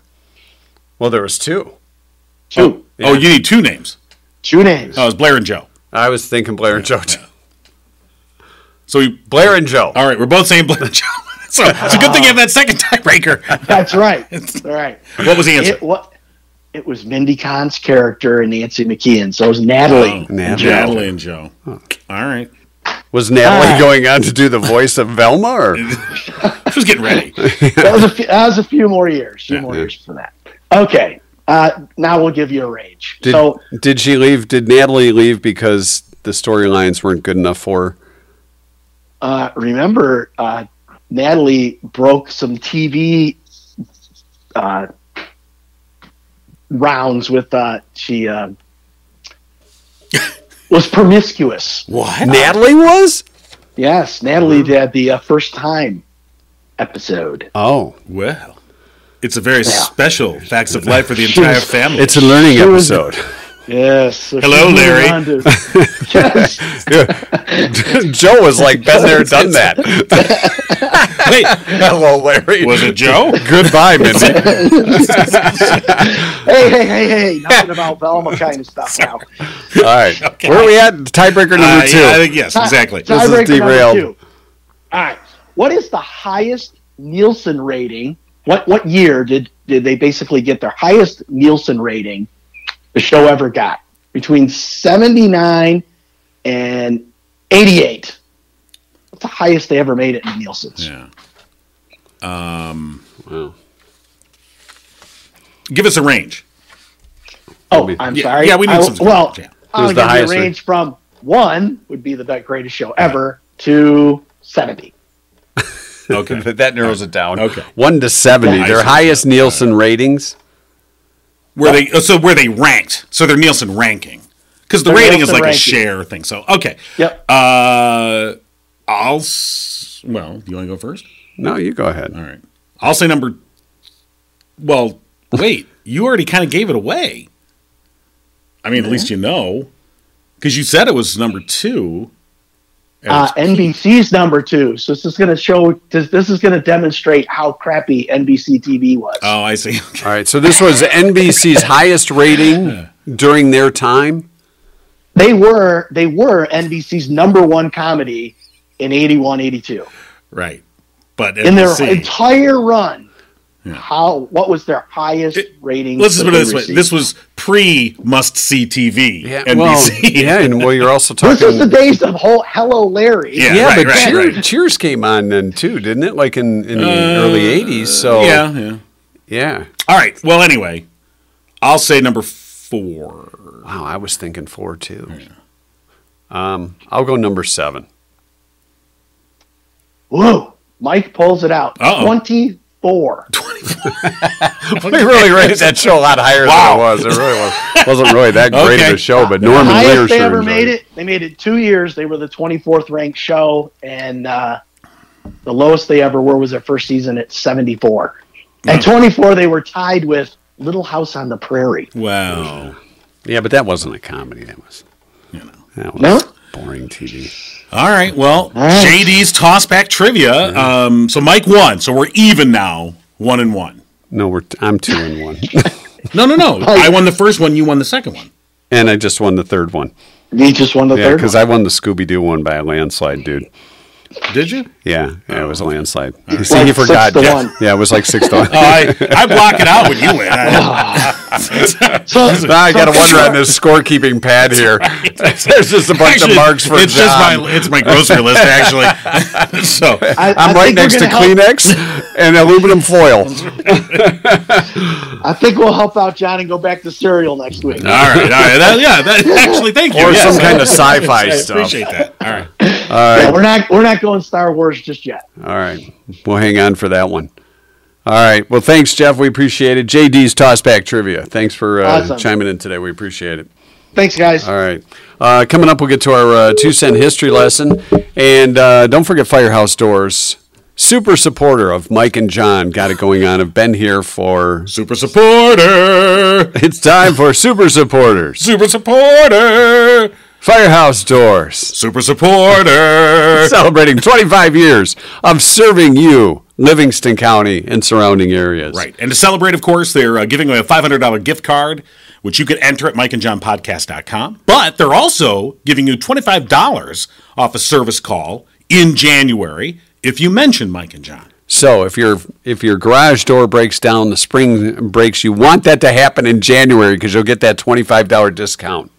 [SPEAKER 1] well, there was two.
[SPEAKER 4] Two.
[SPEAKER 2] Oh, you need two names.
[SPEAKER 4] Two names.
[SPEAKER 2] Oh, it was Blair and Joe.
[SPEAKER 1] I was thinking Blair and Joe. too.
[SPEAKER 2] So we,
[SPEAKER 1] Blair and Joe.
[SPEAKER 2] all right, we're both saying Blair and Joe. so it's a good thing you have that second tiebreaker.
[SPEAKER 4] That's right. That's right.
[SPEAKER 2] What was the answer?
[SPEAKER 4] It what it was Mindy Kahn's character and Nancy McKeon. So it was Natalie.
[SPEAKER 2] Oh,
[SPEAKER 1] Natalie.
[SPEAKER 2] Natalie and Joe. All right.
[SPEAKER 1] Was Natalie
[SPEAKER 4] Ah.
[SPEAKER 1] going on to do the voice of Velma? Or?
[SPEAKER 2] She was getting ready.
[SPEAKER 4] that was a few, that was a few more years. Few
[SPEAKER 2] Yeah.
[SPEAKER 4] more years for that. Okay. Uh, now we'll give you a range.
[SPEAKER 1] Did,
[SPEAKER 4] so
[SPEAKER 1] did she leave? Did Natalie leave because the storylines weren't good enough for her.
[SPEAKER 4] Uh, remember, uh, Natalie broke some TV uh, rounds with. Uh, she uh, was promiscuous.
[SPEAKER 2] What?
[SPEAKER 1] Natalie was?
[SPEAKER 4] Yes, Natalie did the uh, first time episode.
[SPEAKER 1] Oh.
[SPEAKER 2] Well, it's a very
[SPEAKER 4] Yeah.
[SPEAKER 2] special facts of life for the entire family.
[SPEAKER 1] It's a learning
[SPEAKER 4] She was-
[SPEAKER 1] episode.
[SPEAKER 4] Yes. so
[SPEAKER 2] Hello,
[SPEAKER 4] she moved
[SPEAKER 2] Larry.
[SPEAKER 4] on to- yes.
[SPEAKER 1] Joe was like, been there, done that.
[SPEAKER 2] Wait,
[SPEAKER 1] Hello, Larry.
[SPEAKER 2] was it Joe?
[SPEAKER 1] Goodbye, Mindy.
[SPEAKER 4] Hey, hey, hey, hey! Nothing about Velma kind of stuff now.
[SPEAKER 1] All right. Where are we at? Tiebreaker number
[SPEAKER 2] Uh,
[SPEAKER 1] two.
[SPEAKER 2] yeah, I think- yes, exactly.
[SPEAKER 1] This is
[SPEAKER 4] Tiebreaker number
[SPEAKER 1] derailed.
[SPEAKER 4] two. All right. What is the highest Nielsen rating? What what year did did they basically get their highest Nielsen rating the show ever got? Between seventy nine and eighty eight. What's the highest they ever made it in Nielsen's?
[SPEAKER 2] Yeah. Um, Give us a range.
[SPEAKER 4] Oh, I'm
[SPEAKER 2] Yeah,
[SPEAKER 4] sorry.
[SPEAKER 2] yeah, we need
[SPEAKER 4] I-
[SPEAKER 2] some-
[SPEAKER 4] Well,
[SPEAKER 2] yeah.
[SPEAKER 1] It was
[SPEAKER 4] I'll give
[SPEAKER 1] the
[SPEAKER 4] you a
[SPEAKER 1] highest
[SPEAKER 4] range from one would be the best- greatest show ever to seventy.
[SPEAKER 2] Okay.
[SPEAKER 1] that narrows it down.
[SPEAKER 2] Okay.
[SPEAKER 1] One to 70.
[SPEAKER 2] Yeah.
[SPEAKER 1] Their highest Nielsen ratings.
[SPEAKER 2] where they so where they ranked. So they're Nielsen ranking. Because the
[SPEAKER 4] They're
[SPEAKER 2] rating is
[SPEAKER 4] Nielsen
[SPEAKER 2] like a
[SPEAKER 4] ranking.
[SPEAKER 2] share thing. So okay.
[SPEAKER 4] Yep.
[SPEAKER 2] Uh I'll s- well, do you want to go first?
[SPEAKER 1] No, you go ahead.
[SPEAKER 2] All right. I'll say number Well, wait. you already kind of gave it away. I mean, at least you know. Cuz you said it was number 2. And
[SPEAKER 4] uh,
[SPEAKER 2] it's-
[SPEAKER 4] NBC's number two. So this is going to show. This, this is going to demonstrate how crappy NBC TV was.
[SPEAKER 2] oh, I see. Okay.
[SPEAKER 1] All right. So this was NBC's highest rating during their time.
[SPEAKER 4] They were they were NBC's number one comedy in 81, 82.
[SPEAKER 2] Right. But
[SPEAKER 4] In their
[SPEAKER 2] NBC
[SPEAKER 4] entire run, how what was their highest rating?
[SPEAKER 2] Let's just
[SPEAKER 4] that
[SPEAKER 2] put it
[SPEAKER 4] they
[SPEAKER 2] this way.
[SPEAKER 4] received?
[SPEAKER 2] This was pre must see TV. NBC.
[SPEAKER 1] Well, yeah. And well, you're also talking.
[SPEAKER 4] This is the days of whole Hello Larry.
[SPEAKER 2] Yeah.
[SPEAKER 1] yeah,
[SPEAKER 2] right,
[SPEAKER 1] but
[SPEAKER 2] right,
[SPEAKER 1] Cheer-
[SPEAKER 2] right. Uh,
[SPEAKER 1] Cheers came on then too, didn't it? Like in, in the early '80s. So
[SPEAKER 2] yeah, yeah.
[SPEAKER 1] yeah.
[SPEAKER 2] All right. Well, anyway, I'll say number four.
[SPEAKER 1] Wow, I was thinking four too. Um, I'll go number seven.
[SPEAKER 4] Whoa! Mike pulls it out.
[SPEAKER 2] Uh-oh.
[SPEAKER 4] Twenty four.
[SPEAKER 1] We really raised that show a lot higher
[SPEAKER 2] Wow.
[SPEAKER 1] than it was. It really was, wasn't really that great
[SPEAKER 2] Okay.
[SPEAKER 1] of a show, but
[SPEAKER 4] The
[SPEAKER 1] Norman Lear
[SPEAKER 4] highest they
[SPEAKER 1] sure
[SPEAKER 4] ever
[SPEAKER 1] enjoyed
[SPEAKER 4] made it. They made it two years. They were the 24th ranked show, and uh, the lowest they ever were was their first season at 74. At 24, they were tied with Little House on the Prairie.
[SPEAKER 2] Wow.
[SPEAKER 1] Yeah, but that wasn't a comedy. That was, you know, that was
[SPEAKER 4] No?
[SPEAKER 1] boring TV.
[SPEAKER 2] All right. Well,
[SPEAKER 4] right.
[SPEAKER 2] JD's toss back trivia. Um, so Mike won. So we're even now, one and one.
[SPEAKER 1] No, we're t- I'm two and one,
[SPEAKER 2] No, no, no. I won the first one. You won the second one.
[SPEAKER 1] and I just won the third one.
[SPEAKER 4] They just won the
[SPEAKER 1] Yeah,
[SPEAKER 4] third.
[SPEAKER 1] because
[SPEAKER 4] one.
[SPEAKER 1] I won the Scooby Doo one by a landslide, dude.
[SPEAKER 2] Did you?
[SPEAKER 1] Yeah, yeah it was a landslide. You
[SPEAKER 4] Like
[SPEAKER 1] See, you
[SPEAKER 4] six
[SPEAKER 1] forgot.
[SPEAKER 4] to
[SPEAKER 1] yeah.
[SPEAKER 4] one.
[SPEAKER 1] yeah, it was like six to one.
[SPEAKER 2] Oh, I, I block it out when you win. I-
[SPEAKER 4] so,
[SPEAKER 1] Now I got to
[SPEAKER 4] so-
[SPEAKER 1] wonder on this scorekeeping pad here. There's just a bunch
[SPEAKER 2] Actually,
[SPEAKER 1] of marks for
[SPEAKER 2] it's
[SPEAKER 1] John.
[SPEAKER 2] just my it's my grocery list actually. so
[SPEAKER 1] I'm
[SPEAKER 4] I- I think we're
[SPEAKER 1] right next to
[SPEAKER 4] gonna help-
[SPEAKER 1] Kleenex and aluminum foil.
[SPEAKER 4] I think we'll help out John and go back to cereal next week.
[SPEAKER 2] all right, all right, That- yeah. That, actually, thank you.
[SPEAKER 1] Or
[SPEAKER 2] Yes,
[SPEAKER 1] some kind of sci-fi
[SPEAKER 2] I
[SPEAKER 1] stuff.
[SPEAKER 2] appreciate that. All right.
[SPEAKER 4] Yeah, we're not we're not going Star Wars just yet.
[SPEAKER 1] All right. We'll hang on for that one. All right. Well, thanks, Jeff. We appreciate it. JD's Toss Back Trivia. Thanks for uh,
[SPEAKER 4] Awesome.
[SPEAKER 1] chiming in today. We appreciate it.
[SPEAKER 4] Thanks, guys.
[SPEAKER 1] All right. Uh, coming up, we'll get to our uh, two cent history lesson. And uh, don't forget Firehouse Doors. Super supporter of Mike and John. Got it going on. Have been here for.
[SPEAKER 2] Super supporter.
[SPEAKER 1] It's time for Super Supporters.
[SPEAKER 2] Super supporter.
[SPEAKER 1] Firehouse Doors.
[SPEAKER 2] Super supporter.
[SPEAKER 1] Celebrating 25 years of serving you, Livingston County, and surrounding areas.
[SPEAKER 2] right. And to celebrate, of course, they're uh, giving away a $500 gift card, which you can enter at mikeandjohnpodcast.com. But they're also giving you $25 off a service call in January if you mention Mike and John.
[SPEAKER 1] So if your if your garage door breaks down, the spring breaks, you want that to happen in January because you'll get that twenty five dollar discount.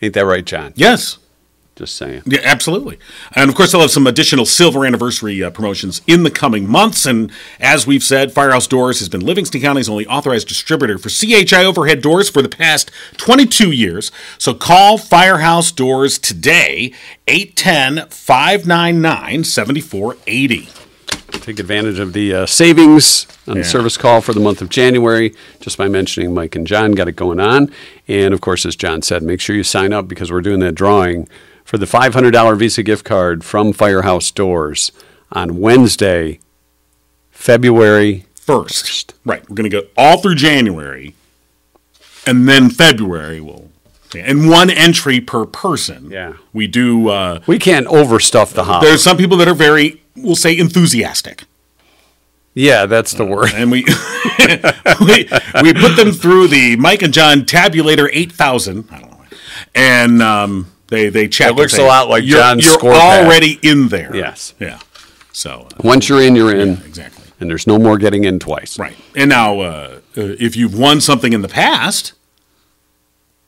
[SPEAKER 1] Ain't that right, John?
[SPEAKER 2] Yes.
[SPEAKER 1] Just saying.
[SPEAKER 2] Yeah, absolutely. And of course, they'll have some additional silver anniversary uh, promotions in the coming months. And as we've said, Firehouse Doors has been Livingston County's only authorized distributor for CHI overhead doors for the past 22 years. So call Firehouse Doors today, 810 599 7480.
[SPEAKER 1] Take advantage of the uh, savings on the service call for the month of January just by mentioning Mike and John got it going on. And of course, as John said, make sure you sign up because we're doing that drawing for the $500 Visa gift card from Firehouse Doors on Wednesday, February
[SPEAKER 2] First. Right. We're going to go all through January and then February will. And one entry per person.
[SPEAKER 1] Yeah.
[SPEAKER 2] We do. Uh,
[SPEAKER 1] We can't overstuff the hop.
[SPEAKER 2] There are some people that are very, we'll say, enthusiastic,
[SPEAKER 1] yeah, that's the word.
[SPEAKER 2] and we we, we put them through the Mike and John Tabulator eight thousand. I don't know, and um, they they check.
[SPEAKER 1] It looks
[SPEAKER 2] and
[SPEAKER 1] a lot like
[SPEAKER 2] you're,
[SPEAKER 1] John's
[SPEAKER 2] You're
[SPEAKER 1] score pad."
[SPEAKER 2] already in there.
[SPEAKER 1] Yes.
[SPEAKER 2] Yeah. So uh,
[SPEAKER 1] Once you're in, you're in,
[SPEAKER 2] exactly
[SPEAKER 1] and there's no more getting in twice.
[SPEAKER 2] right. And now, uh, uh, if you've won something in the past,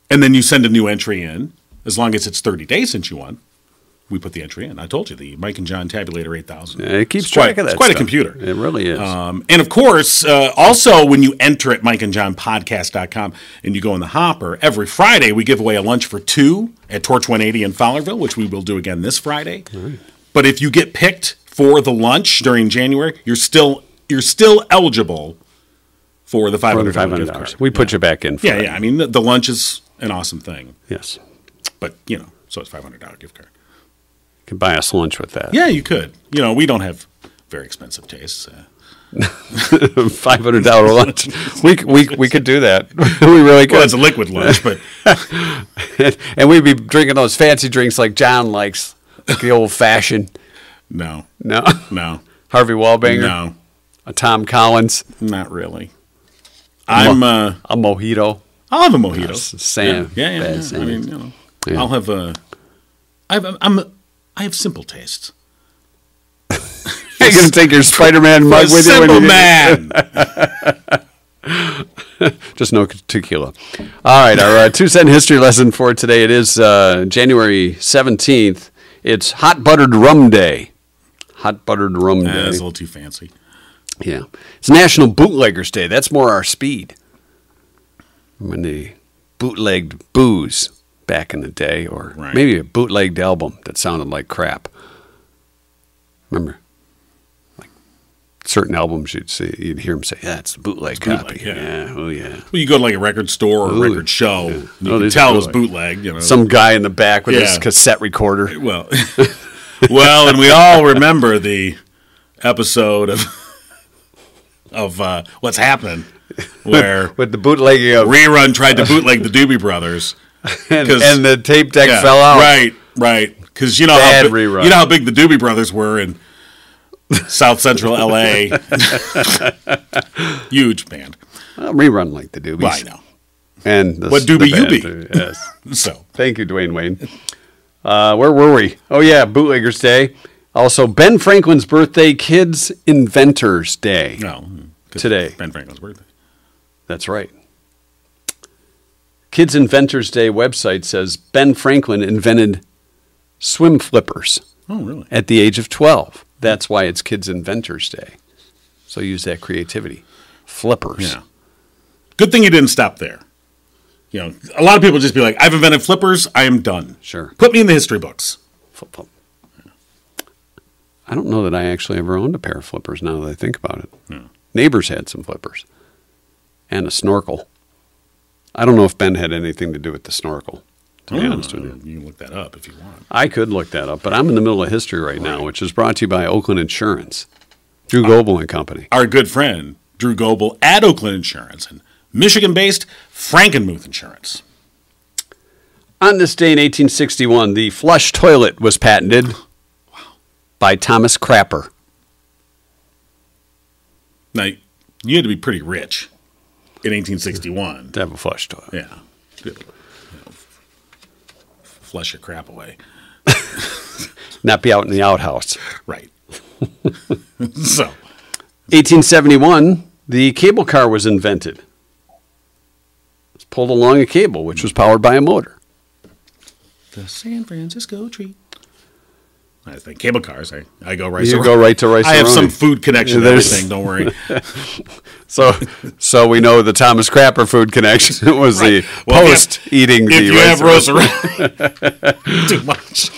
[SPEAKER 2] and then you send a new entry in, as long as it's thirty days since you won. We put the entry in. I told you the Mike and John Tabulator 8000.
[SPEAKER 1] It keeps
[SPEAKER 2] It's
[SPEAKER 1] track
[SPEAKER 2] quite-
[SPEAKER 1] of that.
[SPEAKER 2] It's quite
[SPEAKER 1] stuff.
[SPEAKER 2] a computer.
[SPEAKER 1] It really is.
[SPEAKER 2] Um, and of course, uh, also when you enter at mikeandjohnpodcast.com and you go in the hopper, every Friday we give away a lunch for two at Torch 180 in Fowlerville, which we will do again this Friday. But if you get picked for the lunch during January, you're still you're still eligible for the
[SPEAKER 1] Under
[SPEAKER 2] $500,
[SPEAKER 1] five hundred
[SPEAKER 2] gift
[SPEAKER 1] dollars.
[SPEAKER 2] card.
[SPEAKER 1] We put you back in. For
[SPEAKER 2] yeah,
[SPEAKER 1] it.
[SPEAKER 2] yeah. I mean, the, the lunch is an awesome thing,
[SPEAKER 1] Yes,
[SPEAKER 2] but you know, so it's $500 gift card.
[SPEAKER 1] could buy us lunch with that.
[SPEAKER 2] Yeah, you could. You know, we don't have very expensive tastes. Uh,
[SPEAKER 1] five hundred dollar lunch. we c- we we could do that. we really
[SPEAKER 2] well,
[SPEAKER 1] could.
[SPEAKER 2] it's a liquid lunch, but.
[SPEAKER 1] and we'd be drinking those fancy drinks like John likes, like the old fashioned.
[SPEAKER 2] No,
[SPEAKER 1] No,
[SPEAKER 2] no,
[SPEAKER 1] Harvey Wallbanger,
[SPEAKER 2] no,
[SPEAKER 1] a Tom Collins,
[SPEAKER 2] not really. I'm. Uh,
[SPEAKER 1] a mojito.
[SPEAKER 2] I'll have a mojito.
[SPEAKER 1] Sam,
[SPEAKER 2] yeah, yeah. yeah,
[SPEAKER 1] bad
[SPEAKER 2] I
[SPEAKER 1] Sam.
[SPEAKER 2] mean, you know,
[SPEAKER 1] Yeah.
[SPEAKER 2] I'll have a. I've, I'm. I have simple tastes.
[SPEAKER 1] You're gonna take your Spider Man mug with you. when
[SPEAKER 2] simple
[SPEAKER 1] you get-
[SPEAKER 2] man.
[SPEAKER 1] just no tequila. All right, our uh, two cent history lesson for today. It is uh, January seventeenth. It's hot buttered rum day. Hot buttered rum day.
[SPEAKER 2] That's a little too fancy.
[SPEAKER 1] Yeah. It's National Bootleggers Day. That's more our speed. When they bootlegged booze back in the day, or
[SPEAKER 2] Right.
[SPEAKER 1] maybe a bootlegged album that sounded like crap. Remember? Like certain albums you'd see, you'd hear them say, yeah, it's the bootleg
[SPEAKER 2] bootleg,
[SPEAKER 1] copy.
[SPEAKER 2] yeah.
[SPEAKER 1] yeah, oh yeah.
[SPEAKER 2] Well, you go to like a record store or a
[SPEAKER 1] Ooh,
[SPEAKER 2] record show, and you
[SPEAKER 1] Oh,
[SPEAKER 2] can
[SPEAKER 1] these
[SPEAKER 2] tell
[SPEAKER 1] are
[SPEAKER 2] it was
[SPEAKER 1] bootleg.
[SPEAKER 2] bootleg. You know,
[SPEAKER 1] Some guy in the back with his
[SPEAKER 2] Yeah.
[SPEAKER 1] cassette recorder.
[SPEAKER 2] well, well, and we all remember the episode of of uh, what's happening where
[SPEAKER 1] With the bootlegging of
[SPEAKER 2] rerun tried to bootleg the Doobie Brothers.
[SPEAKER 1] and,
[SPEAKER 2] 'cause-
[SPEAKER 1] and the tape deck
[SPEAKER 2] Yeah,
[SPEAKER 1] fell out.
[SPEAKER 2] Right, right. Because you know
[SPEAKER 1] Bad
[SPEAKER 2] how bi-
[SPEAKER 1] rerun.
[SPEAKER 2] you know how big the Doobie Brothers were in South Central L.A. Huge band.
[SPEAKER 1] Well, rerun like the Doobies.
[SPEAKER 2] Well, I know.
[SPEAKER 1] And the,
[SPEAKER 2] What
[SPEAKER 1] s-
[SPEAKER 2] doobie
[SPEAKER 1] the
[SPEAKER 2] you
[SPEAKER 1] band,
[SPEAKER 2] be.
[SPEAKER 1] uh, Yes.
[SPEAKER 2] So
[SPEAKER 1] Thank you, Dwayne Wayne. Uh, where were we? Oh yeah, Bootleggers Day. Also, Ben Franklin's birthday, Kids Inventors Day.
[SPEAKER 2] no, 'cause
[SPEAKER 1] Today.
[SPEAKER 2] it's Ben Franklin's birthday.
[SPEAKER 1] That's right. Kids Inventors Day website says Ben Franklin invented swim flippers
[SPEAKER 2] Oh, really?
[SPEAKER 1] at the age of 12. That's why it's Kids Inventors Day. So use that creativity. Flippers.
[SPEAKER 2] Yeah. Good thing he didn't stop there. You know, a lot of people just be like, "I've invented flippers. I am done."
[SPEAKER 1] Sure.
[SPEAKER 2] Put me in the history books.
[SPEAKER 1] Flip, flip. I don't know that I actually ever owned a pair of flippers now that I think about it. Neighbors had some flippers and a snorkel. I don't know if Ben had anything to do with the snorkel, to be
[SPEAKER 2] Oh,
[SPEAKER 1] honest with you.
[SPEAKER 2] you can look that up if you want.
[SPEAKER 1] I could look that up, but I'm in the middle of history right, now, which is brought to you by Oakland Insurance, Drew Goble and Company.
[SPEAKER 2] our good friend Drew Goble at Oakland Insurance and Michigan-based Frankenmuth Insurance.
[SPEAKER 1] On this day in 1861, the flush toilet was patented by Thomas Crapper.
[SPEAKER 2] Now, you had to be pretty rich in 1861.
[SPEAKER 1] To have a flush toilet.
[SPEAKER 2] Yeah. You know, flush your crap away.
[SPEAKER 1] Not be out in the outhouse.
[SPEAKER 2] Right. so,
[SPEAKER 1] 1871, the cable car was invented. It's pulled along a cable, which was powered by a motor.
[SPEAKER 2] The San Francisco tree. I think cable cars. I, I go right.
[SPEAKER 1] You
[SPEAKER 2] to-
[SPEAKER 1] go right to rice.
[SPEAKER 2] I have
[SPEAKER 1] Aroni.
[SPEAKER 2] some food connection to
[SPEAKER 1] There's-
[SPEAKER 2] everything. Don't worry.
[SPEAKER 1] So, so we know the Thomas Crapper food connection was the
[SPEAKER 2] Well, if-
[SPEAKER 1] post eating the
[SPEAKER 2] if you have
[SPEAKER 1] rice.
[SPEAKER 2] Rosaroni, too much.